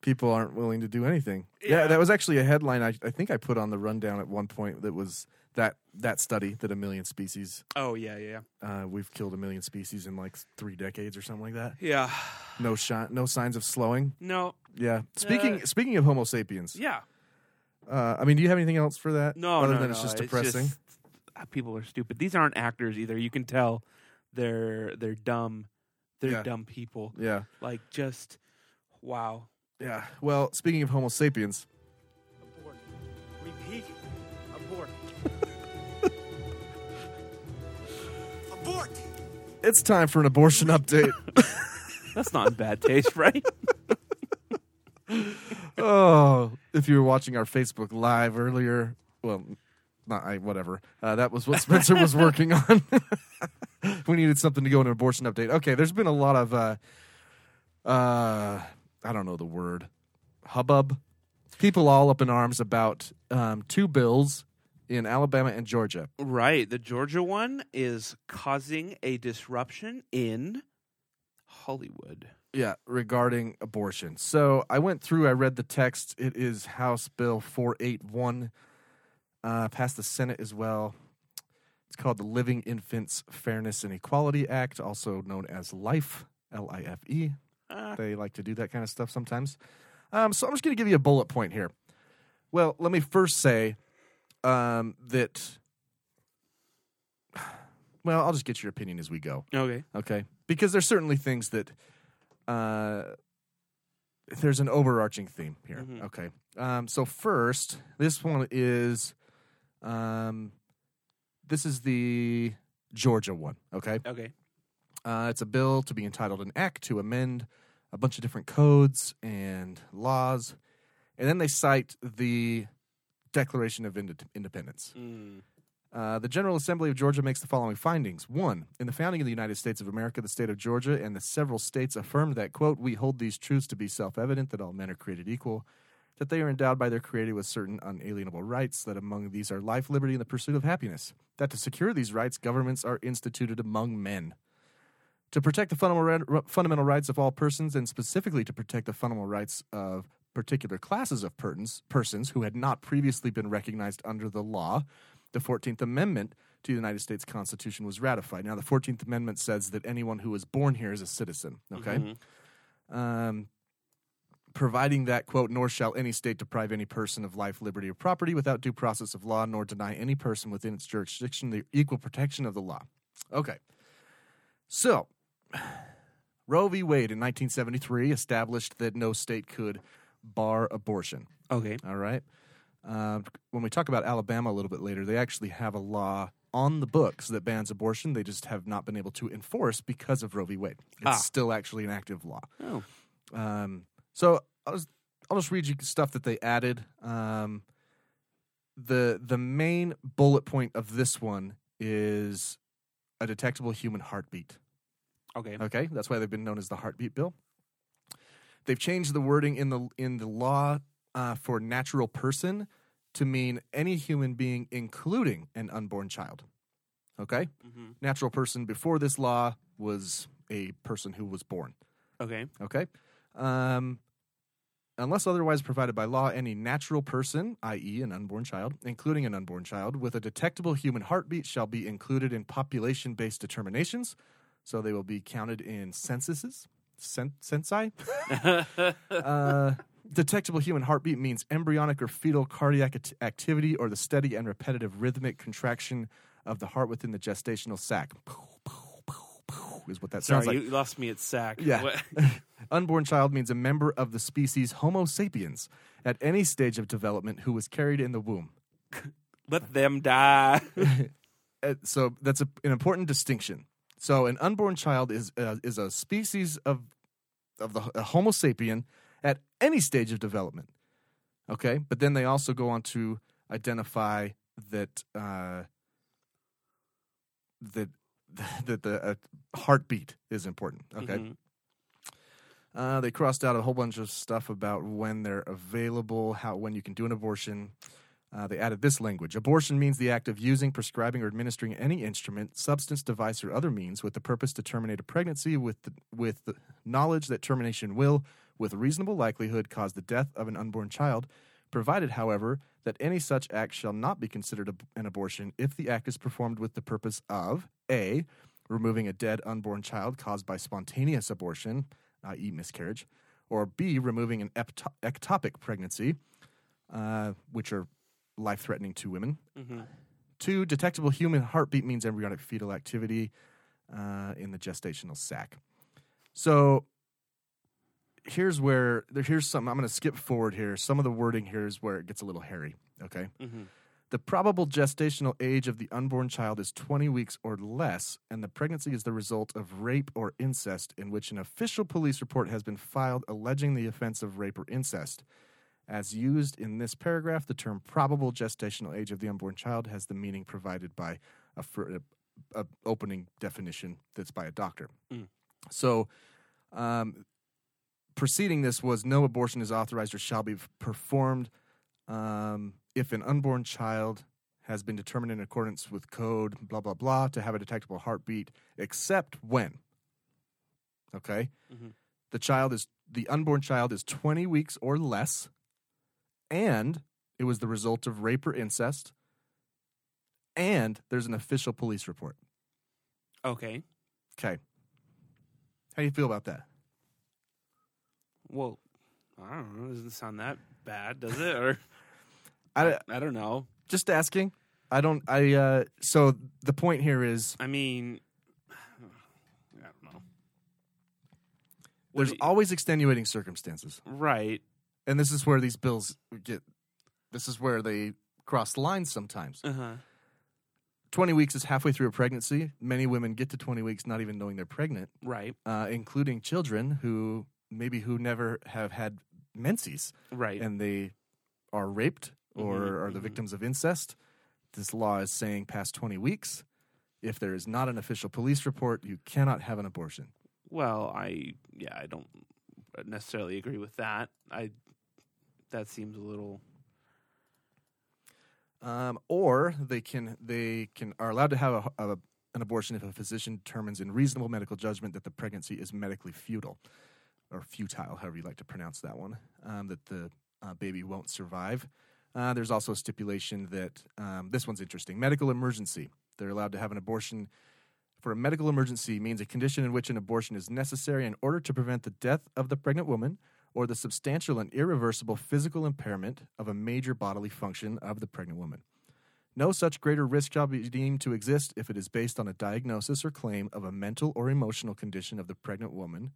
Speaker 7: People aren't willing to do anything. Yeah, that was actually a headline I, I think I put on the rundown at one point that was that that study that a million species
Speaker 8: Oh yeah, yeah,
Speaker 7: uh, we've killed a million species in like three decades or something like that.
Speaker 8: yeah.
Speaker 7: No shot. No signs of slowing.
Speaker 8: No.
Speaker 7: Yeah. Speaking
Speaker 8: Uh,
Speaker 7: speaking of Homo sapiens.
Speaker 8: Yeah.
Speaker 7: Uh, I mean, do you have anything else for that?
Speaker 8: No,
Speaker 7: Other
Speaker 8: no,
Speaker 7: than it's
Speaker 8: no,
Speaker 7: just depressing.
Speaker 8: just- ah, people are stupid. These aren't actors either. You can tell they're they're dumb. They're
Speaker 7: Yeah.
Speaker 8: dumb people.
Speaker 7: Yeah.
Speaker 8: Like just wow.
Speaker 7: Yeah. Well, speaking of Homo sapiens,
Speaker 3: Repeat. Abort. Abort.
Speaker 7: it's time for an abortion [LAUGHS] update.
Speaker 8: That's not in bad taste, [LAUGHS] right?
Speaker 7: oh, if you were watching our Facebook live earlier, well, not I, whatever. Uh, that was what Spencer was working on. [LAUGHS] we needed something to go in an abortion update. Okay, there's been a lot of, uh, uh, I don't know the word, hubbub. People all up in arms about um, two bills in Alabama and Georgia.
Speaker 8: Right. The Georgia one is causing a disruption in Hollywood.
Speaker 7: Yeah, regarding abortion. So I went through, I read the text. It is House Bill 481, uh, passed the Senate as well. It's called the Living Infants Fairness and Equality Act, also known as LIFE, L I F E. They like to do that kind of stuff sometimes. Um, so I'm just going to give you a bullet point here. Well, let me first say um, that. [SIGHS] Well, I'll just get your opinion as we go.
Speaker 8: Okay.
Speaker 7: Okay. Because there's certainly things that uh, there's an overarching theme here.
Speaker 8: Mhm.
Speaker 7: Okay. Um, so first, this one is um, this is the Georgia one. Okay.
Speaker 8: Okay.
Speaker 7: Uh, it's a bill to be entitled an act to amend a bunch of different codes and laws, and then they cite the Declaration of Inde- Independence. Uh, the General Assembly of Georgia makes the following findings. One, in the founding of the United States of America, the state of Georgia and the several states affirmed that, quote, we hold these truths to be self evident that all men are created equal, that they are endowed by their Creator with certain unalienable rights, that among these are life, liberty, and the pursuit of happiness, that to secure these rights, governments are instituted among men. To protect the fundamental, ri- fundamental rights of all persons, and specifically to protect the fundamental rights of particular classes of persons, persons who had not previously been recognized under the law, the 14th Amendment to the United States Constitution was ratified. Now, the 14th Amendment says that anyone who is born here is a citizen, okay? Um, providing that, quote, nor shall any state deprive any person of life, liberty, or property without due process of law, nor deny any person within its jurisdiction the equal protection of the law. Okay. So, Roe v. Wade in 1973 established that no state could bar abortion.
Speaker 8: Okay.
Speaker 7: All right. Uh, when we talk about Alabama a little bit later, they actually have a law on the books that bans abortion. They just have not been able to enforce because of Roe v. Wade. It's
Speaker 8: Ah.
Speaker 7: still actually an active law.
Speaker 8: Oh.
Speaker 7: Um, so I'll just, I'll just read you stuff that they added. Um, the the main bullet point of this one is a detectable human heartbeat.
Speaker 8: Okay.
Speaker 7: Okay, that's why they've been known as the heartbeat bill. They've changed the wording in the in the law uh, for natural person to mean any human being, including an unborn child. Okay,
Speaker 8: Mhm.
Speaker 7: natural person before this law was a person who was born.
Speaker 8: Okay.
Speaker 7: Okay. Um, unless otherwise provided by law, any natural person, i.e., an unborn child, including an unborn child, with a detectable human heartbeat shall be included in population based determinations. So they will be counted in censuses. Sen- sensi? [LAUGHS] uh, detectable human heartbeat means embryonic or fetal cardiac act- activity or the steady and repetitive rhythmic contraction of the heart within the gestational sac. Is what that
Speaker 8: Sorry,
Speaker 7: sounds like.
Speaker 8: you lost me at sack.
Speaker 7: Yeah.
Speaker 8: What-
Speaker 7: Unborn child means a member of the species Homo sapiens at any stage of development who was carried in the womb.
Speaker 8: Let them
Speaker 7: [LAUGHS]
Speaker 8: die.
Speaker 7: Uh, So that's a, an important distinction. So an unborn child is uh, is a species of of the a Homo sapien at any stage of development. Okay, but then they also go on to identify that uh, that [LAUGHS] that the uh, heartbeat is important. Okay.
Speaker 3: Mhm.
Speaker 7: Uh, they crossed out a whole bunch of stuff about when they're available, how when you can do an abortion. Uh, they added this language: abortion means the act of using, prescribing, or administering any instrument, substance, device, or other means with the purpose to terminate a pregnancy with the, with the knowledge that termination will, with reasonable likelihood, cause the death of an unborn child, provided, however, that any such act shall not be considered ab- an abortion if the act is performed with the purpose of a removing a dead unborn child caused by spontaneous abortion i.e., miscarriage, or B, removing an epto- ectopic pregnancy, uh, which are life threatening to women.
Speaker 8: Mhm.
Speaker 7: Two, detectable human heartbeat means embryonic fetal activity uh, in the gestational sac. So here's where there, here's some. I'm going to skip forward here. Some of the wording here is where it gets a little hairy. Okay.
Speaker 8: Mhm.
Speaker 7: The probable gestational age of the unborn child is 20 weeks or less, and the pregnancy is the result of rape or incest, in which an official police report has been filed alleging the offense of rape or incest. As used in this paragraph, the term probable gestational age of the unborn child has the meaning provided by a, fir- a, a opening definition that's by a doctor.
Speaker 8: Mm.
Speaker 7: So, um, preceding this was no abortion is authorized or shall be f- performed um, if an unborn child has been determined in accordance with code blah blah blah to have a detectable heartbeat except when okay
Speaker 8: Mhm.
Speaker 7: the child is the unborn child is 20 weeks or less and it was the result of rape or incest and there's an official police report
Speaker 8: Okay.
Speaker 7: okay how do you feel about that
Speaker 8: Well, I don't know. Doesn't sound that bad, does it? Or
Speaker 7: I,
Speaker 8: [LAUGHS] I don't know.
Speaker 7: just asking i don't i uh so the point here is
Speaker 8: I mean, [SIGHS] I don't know.
Speaker 7: there's always extenuating circumstances
Speaker 8: right
Speaker 7: and this is where these bills get this is where they cross lines sometimes
Speaker 8: Uh huh.
Speaker 7: 20 weeks is halfway through a pregnancy many women get to 20 weeks not even knowing they're pregnant
Speaker 8: Right.
Speaker 7: uh, including children who maybe who never have had menses
Speaker 8: Right. Mm-hmm,
Speaker 7: and they are raped or are the victims of incest this law is saying past 20 weeks if there is not an official police report you cannot have an abortion
Speaker 8: Well, I yeah, I don't necessarily agree with that. I that seems a little
Speaker 7: um, or they can they can are allowed to have a, a, an abortion if a physician determines in reasonable medical judgment that the pregnancy is medically futile or futile, however you like to pronounce that one, um, that the uh, baby won't survive. Uh, there's also a stipulation that um, this one's interesting: medical emergency. They're allowed to have an abortion for a medical emergency means a condition in which an abortion is necessary in order to prevent the death of the pregnant woman or the substantial and irreversible physical impairment of a major bodily function of the pregnant woman. No such greater risk shall be deemed to exist if it is based on a diagnosis or claim of a mental or emotional condition of the pregnant woman.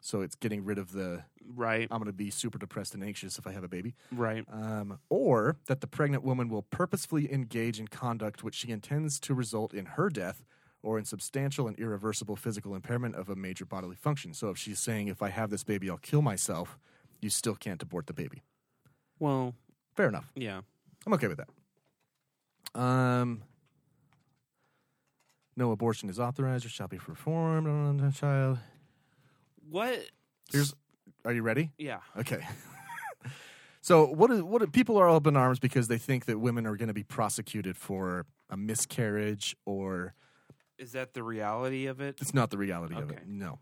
Speaker 7: So it's getting rid of the
Speaker 8: right.
Speaker 7: I'm going to be super depressed and anxious if I have a baby.
Speaker 8: Right.
Speaker 7: Um, or that the pregnant woman will purposefully engage in conduct which she intends to result in her death or in substantial and irreversible physical impairment of a major bodily function. So if she's saying, if I have this baby, I'll kill myself, you still can't abort the baby.
Speaker 8: Well,
Speaker 7: fair enough.
Speaker 8: yeah.
Speaker 7: I'm okay with that. Um, no abortion is authorized or shall be performed on a child.
Speaker 8: What?
Speaker 7: Here's, are you ready?
Speaker 8: Yeah.
Speaker 7: Okay. [LAUGHS] so what is what? are- People are all up in arms because they think that women are going to be prosecuted for a miscarriage or
Speaker 8: Is that the reality of it?
Speaker 7: it's not the reality of it. No.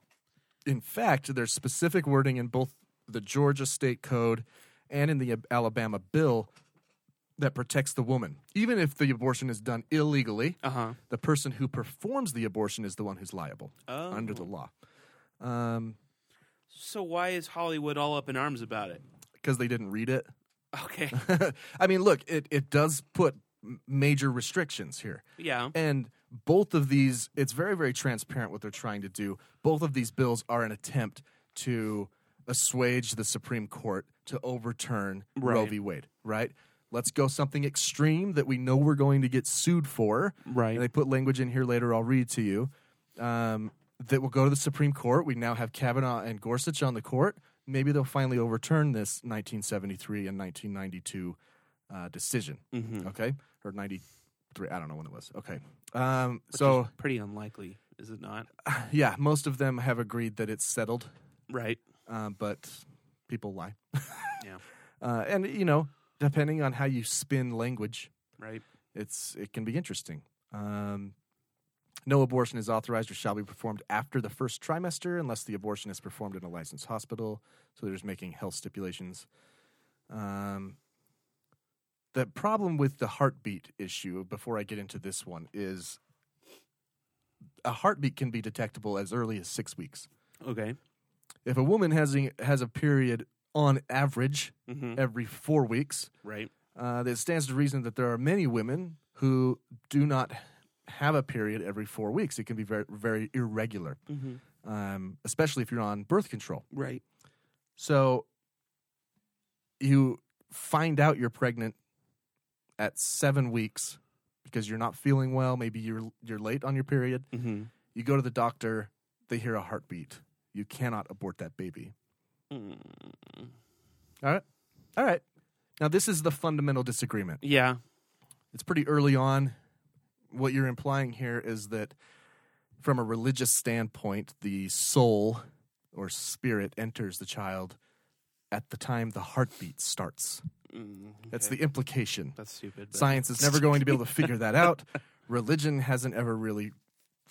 Speaker 7: In fact, there's specific wording in both the Georgia state code and in the Alabama bill that protects the woman. Even if the abortion is done illegally,
Speaker 8: uh-huh.
Speaker 7: the person who performs the abortion is the one who's liable
Speaker 8: Oh.
Speaker 7: under the law. Um,
Speaker 8: So why is Hollywood all up in arms about it?
Speaker 7: because they didn't read it.
Speaker 8: Okay. [LAUGHS]
Speaker 7: [LAUGHS] I mean, look, it, it does put m- major restrictions here.
Speaker 8: Yeah.
Speaker 7: And both of these, it's very, very transparent what they're trying to do. Both of these bills are an attempt to assuage the Supreme Court to overturn Roe
Speaker 8: Right.
Speaker 7: v. Wade, right? Let's go something extreme that we know we're going to get sued for.
Speaker 8: Right.
Speaker 7: And they put language in here later, I'll read to you, um, that will go to the Supreme Court. We now have Kavanaugh and Gorsuch on the court. Maybe they'll finally overturn this 1973 and 1992 uh, decision.
Speaker 8: Mm-hmm.
Speaker 7: Okay. Or 93. I don't know when it was. Okay. Um,
Speaker 8: Which
Speaker 7: so,
Speaker 8: is pretty unlikely, is it not?
Speaker 7: yeah, most of them have agreed that it's settled.
Speaker 8: Right.
Speaker 7: Um, but people lie.
Speaker 8: Yeah.
Speaker 7: [LAUGHS] Uh, and, you know, depending on how you spin language,
Speaker 8: Right.
Speaker 7: it's it can be interesting. Um, no abortion is authorized or shall be performed after the first trimester unless the abortion is performed in a licensed hospital. So they're just making health stipulations. Um, the problem with the heartbeat issue, before I get into this one, is a heartbeat can be detectable as early as six weeks.
Speaker 8: Okay.
Speaker 7: if a woman has a, has a period on average
Speaker 8: Mhm.
Speaker 7: every four weeks,
Speaker 8: Right.
Speaker 7: uh, it stands to reason that there are many women who do not have a period every four weeks. It can be very very irregular,
Speaker 8: Mhm.
Speaker 7: um, especially if you're on birth control.
Speaker 8: Right.
Speaker 7: So you find out you're pregnant at seven weeks because you're not feeling well. Maybe you're you're late on your period.
Speaker 8: Mhm.
Speaker 7: You go to the doctor. They hear a heartbeat. You cannot abort that baby. All right. All right. Now this is the fundamental disagreement.
Speaker 8: Yeah.
Speaker 7: It's pretty early on. What you're implying here is that from a religious standpoint, the soul or spirit enters the child at the time the heartbeat starts. That's the implication.
Speaker 8: Mm, That's stupid, but-
Speaker 7: Science is never going to be able to figure that out. [LAUGHS] Religion hasn't ever really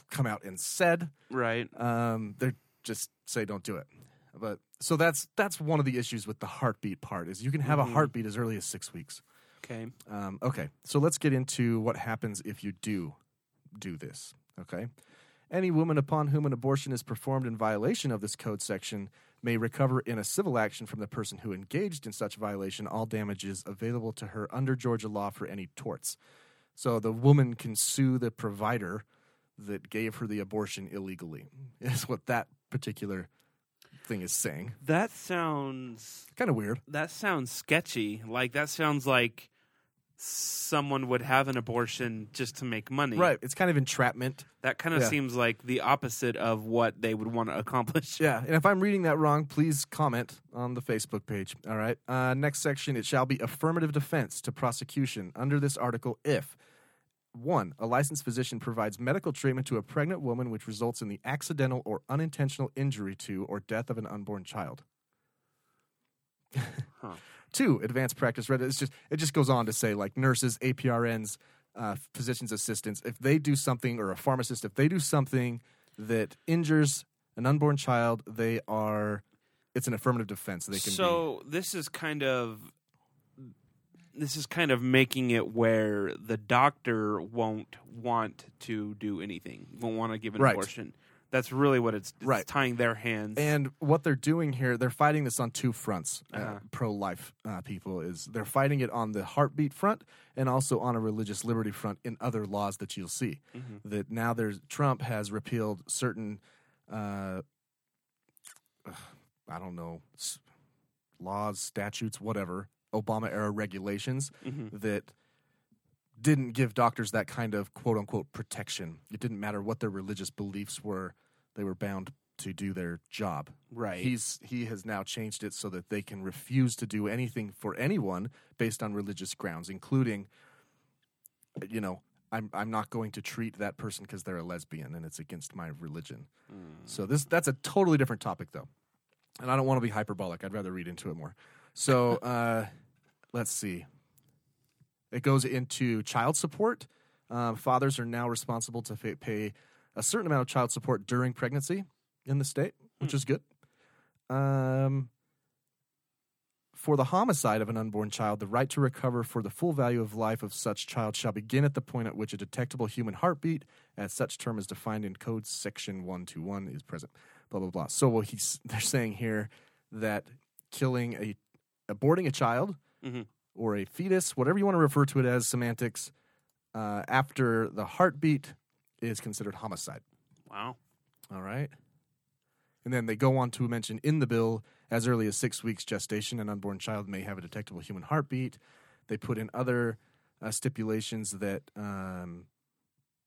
Speaker 7: come out and said.
Speaker 8: Right.
Speaker 7: Um, they just say don't do it. But so that's that's one of the issues with the heartbeat part is you can have
Speaker 8: Mhm.
Speaker 7: a heartbeat as early as six weeks.
Speaker 8: Okay.
Speaker 7: Um, okay. So let's get into what happens if you do do this. Okay. Any woman upon whom an abortion is performed in violation of this code section may recover in a civil action from the person who engaged in such violation all damages available to her under Georgia law for any torts. So the woman can sue the provider that gave her the abortion illegally, [LAUGHS] is what that particular thing is saying.
Speaker 8: That sounds
Speaker 7: kind of weird.
Speaker 8: That sounds sketchy. Like that sounds like someone would have an abortion just to make money.
Speaker 7: Right. It's kind of entrapment.
Speaker 8: That kind of
Speaker 7: Yeah.
Speaker 8: seems like the opposite of what they would want to accomplish.
Speaker 7: Yeah, and if I'm reading that wrong, please comment on the Facebook page. All right. Uh, next section it shall be affirmative defense to prosecution under this article if one, a licensed physician provides medical treatment to a pregnant woman which results in the accidental or unintentional injury to or death of an unborn child. Two, advanced practice. reg- It's just it just goes on to say like nurses, APRNs, uh, physicians assistants, if they do something, or a pharmacist, if they do something that injures an unborn child, they are. It's an affirmative defense. They can. be,
Speaker 8: so this is kind of this is kind of making it where the doctor won't want to do anything, won't want to give an
Speaker 7: Right.
Speaker 8: abortion. That's really what it's, it's
Speaker 7: Right.
Speaker 8: tying their hands.
Speaker 7: and what they're doing here, they're fighting this on two fronts. uh
Speaker 8: Uh-huh.
Speaker 7: pro-life uh, people is they're fighting it on the heartbeat front and also on a religious liberty front in other laws that you'll see.
Speaker 8: Mhm.
Speaker 7: That now there's Trump has repealed certain, uh, ugh, I don't know, s- laws, statutes, whatever, Obama era regulations
Speaker 8: Mhm.
Speaker 7: that didn't give doctors that kind of quote unquote protection. It didn't matter what their religious beliefs were, they were bound to do their job.
Speaker 8: Right.
Speaker 7: He's he has now changed it so that they can refuse to do anything for anyone based on religious grounds, including you know, I'm I'm not going to treat that person because they're a lesbian and it's against my religion. So this that's a totally different topic though. And I don't want to be hyperbolic. I'd rather read into it more. So [LAUGHS] uh let's see. It goes into child support. Um, fathers are now responsible to fa- pay a certain amount of child support during pregnancy in the state, which is good. Um, for the homicide of an unborn child, the right to recover for the full value of life of such child shall begin at the point at which a detectable human heartbeat, as such term is defined in Code Section 121, is present. Blah, blah, blah. So, well, he's, they're saying here that killing a, aborting a child
Speaker 8: Mhm.
Speaker 7: or a fetus, whatever you want to refer to it as, semantics, uh, after the heartbeat is considered homicide.
Speaker 8: Wow.
Speaker 7: All right. And then they go on to mention in the bill as early as six weeks gestation, an unborn child may have a detectable human heartbeat. They put in other uh, stipulations that um,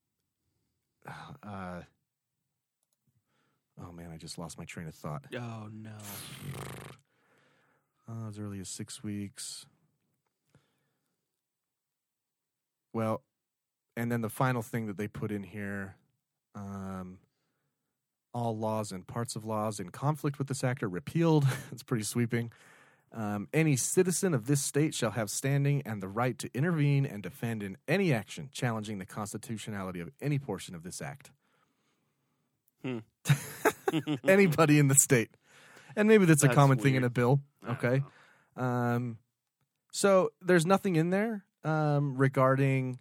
Speaker 7: [SIGHS] uh, oh man, I just lost my train of thought.
Speaker 8: Oh no.
Speaker 7: [SIGHS] Uh, as early as six weeks. Well, and then the final thing that they put in here um, all laws and parts of laws in conflict with this act are repealed. [LAUGHS] it's pretty sweeping. Um, any citizen of this state shall have standing and the right to intervene and defend in any action challenging the constitutionality of any portion of this act.
Speaker 8: Hmm.
Speaker 7: [LAUGHS] Anybody in the state. And maybe that's,
Speaker 8: That's
Speaker 7: a common thing in
Speaker 8: weird.
Speaker 7: a bill. Okay. Um, so there's nothing in there um, regarding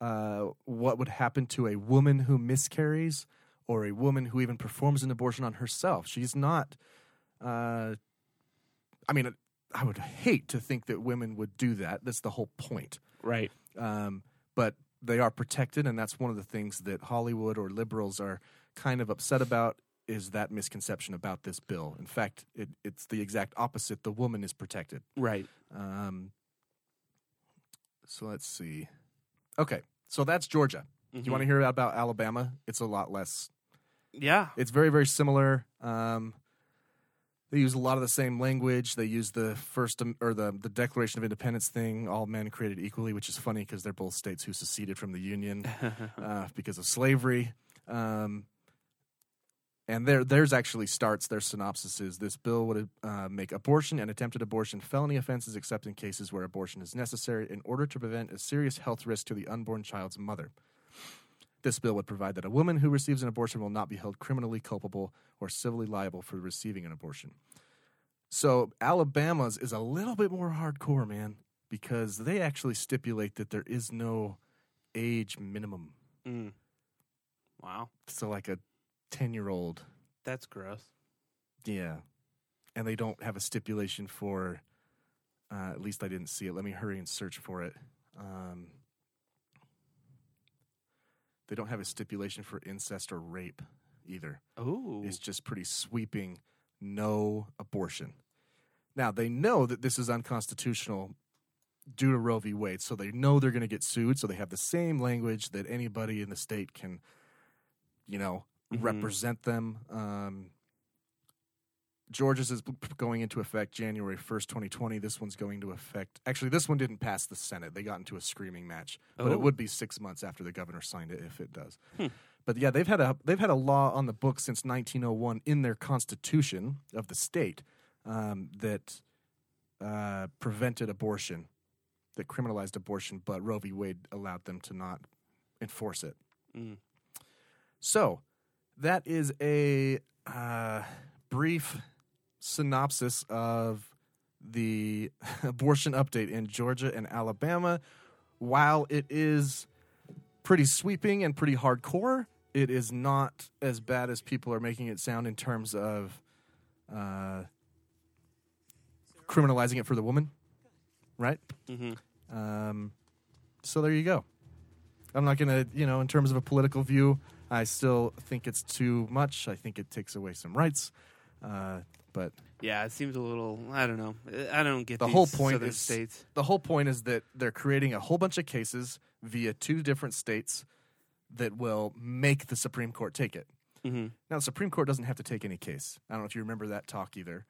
Speaker 7: uh, what would happen to a woman who miscarries or a woman who even performs an abortion on herself. She's not. Uh, I mean, I would hate to think that women would do that. That's the whole point,
Speaker 6: right?
Speaker 7: Um, but they are protected, and that's one of the things that Hollywood or liberals are kind of upset about is that misconception about this bill. In fact, it, it's the exact opposite. The woman is protected,
Speaker 8: Right.
Speaker 7: Um, so let's see. Okay, so that's Georgia.
Speaker 8: Mhm.
Speaker 7: You want to hear about Alabama? It's a lot less.
Speaker 8: Yeah.
Speaker 7: It's very very similar. Um, they use a lot of the same language. They use the first Am- or the the Declaration of Independence thing, all men created equally, which is funny because they're both states who seceded from the Union uh, because of slavery. Um, and their theirs actually starts their synopsis is this bill would uh, make abortion and attempted abortion felony offenses except in cases where abortion is necessary in order to prevent a serious health risk to the unborn child's mother. This bill would provide that a woman who receives an abortion will not be held criminally culpable or civilly liable for receiving an abortion. So Alabama's is a little bit more hardcore, man, because they actually stipulate that there is no age minimum.
Speaker 8: Mm. Wow.
Speaker 7: So like a 10-year-old
Speaker 8: That's gross.
Speaker 7: yeah. And they don't have a stipulation for, uh, at least I didn't see it. Let me hurry and search for it. Um, they don't have a stipulation for incest or rape either.
Speaker 8: Oh.
Speaker 7: It's just pretty sweeping no abortion. Now, they know that this is unconstitutional due to Roe v. Wade, so they know they're going to get sued, so they have the same language that anybody in the state can, you know, represent them. Um, Georgia's is p- p- going into effect January 1st, 2020. This one's going to effect. Actually, this one didn't pass the Senate. They got into a screaming match, but
Speaker 8: Oh.
Speaker 7: it would be six months after the governor signed it if it does.
Speaker 8: Hmm.
Speaker 7: But yeah, they've had a they've had a law on the book since 1901 in their constitution of the state um, that uh, prevented abortion, that criminalized abortion, but Roe v. Wade allowed them to not enforce it.
Speaker 8: Mm.
Speaker 7: So that is a uh, brief synopsis of the [LAUGHS] abortion update in Georgia and Alabama. While it is pretty sweeping and pretty hardcore, it is not as bad as people are making it sound in terms of uh, criminalizing it for the woman, right? Mm-hmm. Um, so there you go. I'm not going to, you know, in terms of a political view, I still think it's too much. I think it takes away some rights. Uh, but
Speaker 8: Yeah, it seems a little. I don't know. I don't get
Speaker 7: the
Speaker 8: these
Speaker 7: whole point
Speaker 8: southern
Speaker 7: is
Speaker 8: states.
Speaker 7: the whole point is that they're creating a whole bunch of cases via two different states that will make the Supreme Court take it.
Speaker 8: Mhm.
Speaker 7: Now, the Supreme Court doesn't have to take any case. I don't know if you remember that talk either.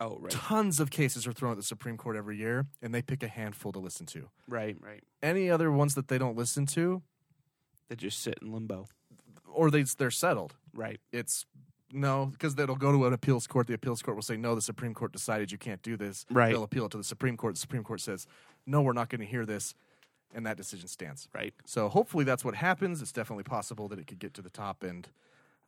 Speaker 8: Oh, right.
Speaker 7: Tons of cases are thrown at the Supreme Court every year, and they pick a handful to listen to.
Speaker 8: Right, right.
Speaker 7: Any other ones that they don't listen to,
Speaker 8: They just sit in limbo.
Speaker 7: or they they're settled.
Speaker 8: Right.
Speaker 7: It's no because it'll go to an appeals court. The appeals court will say no. The Supreme Court decided you can't do this.
Speaker 8: Right.
Speaker 7: They'll appeal it to the Supreme Court. The Supreme Court says no, we're not going to hear this, and that decision stands.
Speaker 8: Right.
Speaker 7: So hopefully that's what happens. It's definitely possible that it could get to the top and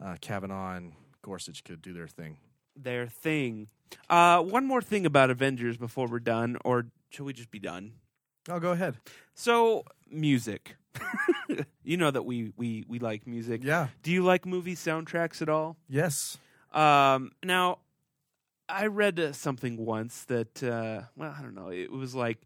Speaker 7: uh, Kavanaugh and Gorsuch could do their thing.
Speaker 8: Their thing. Uh, one more thing about Avengers before we're done, or should we just be done?
Speaker 7: Oh, go ahead.
Speaker 8: So music. [LAUGHS] you know that we we we like music.
Speaker 7: Yeah.
Speaker 8: Do you like movie soundtracks at all?
Speaker 7: Yes.
Speaker 8: Um, now, I read uh, something once that, uh, well, I don't know. It was like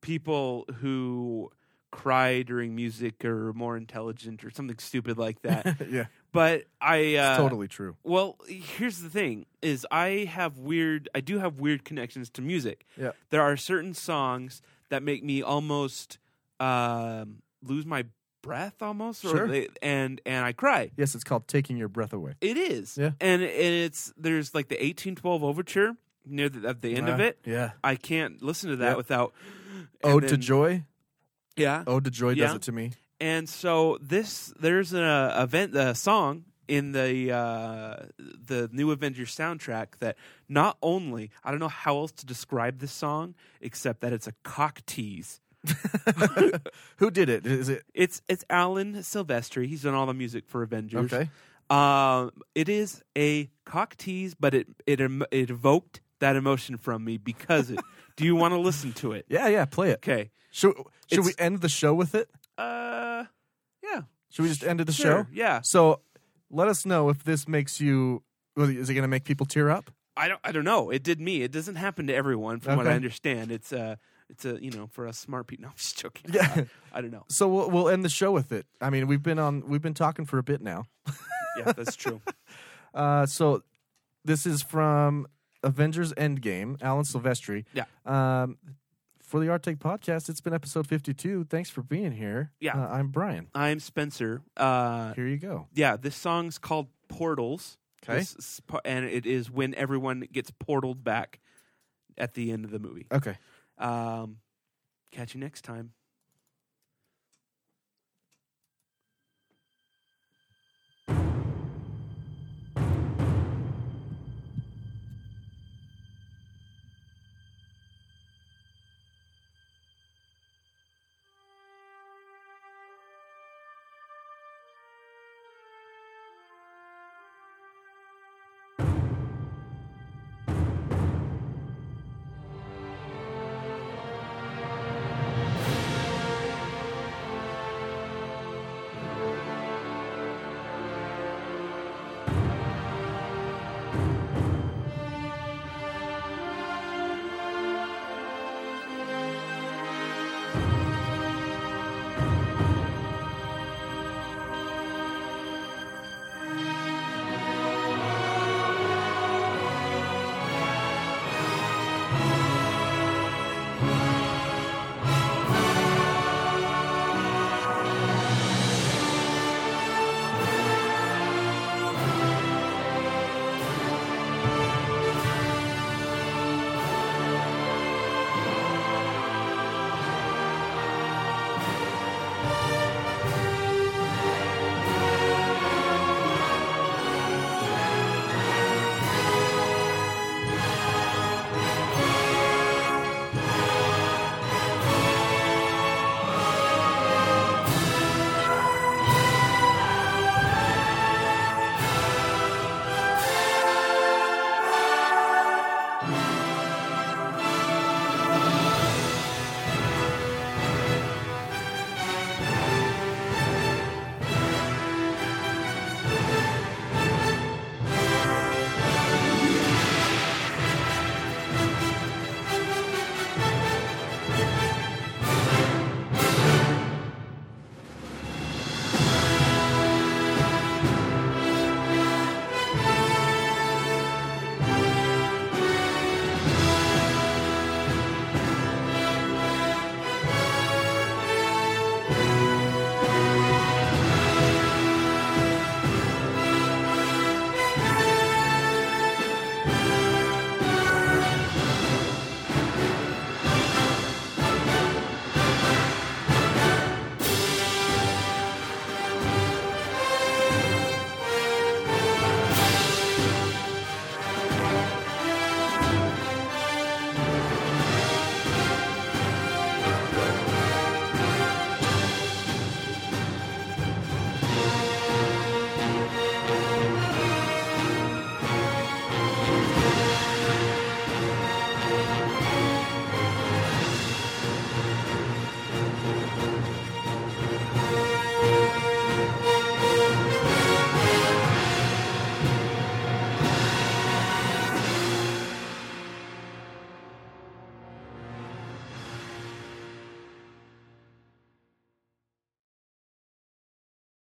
Speaker 8: people who cry during music are more intelligent or something stupid like that.
Speaker 7: [LAUGHS] yeah.
Speaker 8: But I uh,
Speaker 7: totally true.
Speaker 8: Well, here's the thing: is I have weird. I do have weird connections to music.
Speaker 7: Yeah.
Speaker 8: There are certain songs that make me almost um, lose my breath, almost, or
Speaker 7: Sure.
Speaker 8: they, and and I cry.
Speaker 7: Yes, it's called taking your breath away.
Speaker 8: It is.
Speaker 7: Yeah.
Speaker 8: And and it's there's like the 1812 overture near the, at the end of
Speaker 7: Uh,
Speaker 8: it.
Speaker 7: yeah.
Speaker 8: I can't listen to that
Speaker 7: Yep.
Speaker 8: without and
Speaker 7: Ode to
Speaker 8: then-
Speaker 7: joy.
Speaker 8: Yeah.
Speaker 7: Ode to joy
Speaker 8: Yeah.
Speaker 7: does it to
Speaker 8: [LAUGHS]
Speaker 7: me. [LAUGHS]
Speaker 8: And so this there's an uh, event a song in the uh, the new Avengers soundtrack that not only I don't know how else to describe this song except that it's a cock tease.
Speaker 7: Who did it? Is it
Speaker 8: It's it's Alan Silvestri. He's done all the music for Avengers.
Speaker 7: Okay.
Speaker 8: Um, it is a cock tease, but it it em- it evoked that emotion from me
Speaker 7: [LAUGHS]
Speaker 8: because it. Do you want to listen to it?
Speaker 7: Yeah, yeah, play it.
Speaker 8: Okay.
Speaker 7: Should should
Speaker 8: It's-
Speaker 7: we end the show with it?
Speaker 8: Uh, yeah.
Speaker 7: Should we just end the
Speaker 8: Sure,
Speaker 7: show?
Speaker 8: yeah.
Speaker 7: So Let us know if this makes you. Is it going to make people tear up?
Speaker 8: I don't. I don't know. It did me. It doesn't happen to everyone, from what
Speaker 7: Okay.
Speaker 8: I understand. It's uh it's a you know for us smart people. [LAUGHS] No, I'm just joking. Yeah. I don't know.
Speaker 7: So we'll, we'll end the show with it. I mean, we've been on. We've been talking for a bit now.
Speaker 8: Yeah, that's true.
Speaker 7: Uh, so this is from Avengers Endgame, Alan Silvestri. [LAUGHS]
Speaker 8: Yeah.
Speaker 7: Um, for the Art Take podcast, it's been episode 52. Thanks for being here.
Speaker 8: Yeah.
Speaker 7: Uh, I'm Brian.
Speaker 8: I'm Spencer. Uh,
Speaker 7: Here you go.
Speaker 8: Yeah, this song's called Portals.
Speaker 7: 'Kay.
Speaker 8: This is pa- and it is when everyone gets portaled back at the end of the movie.
Speaker 7: Okay.
Speaker 8: Um, catch you next time.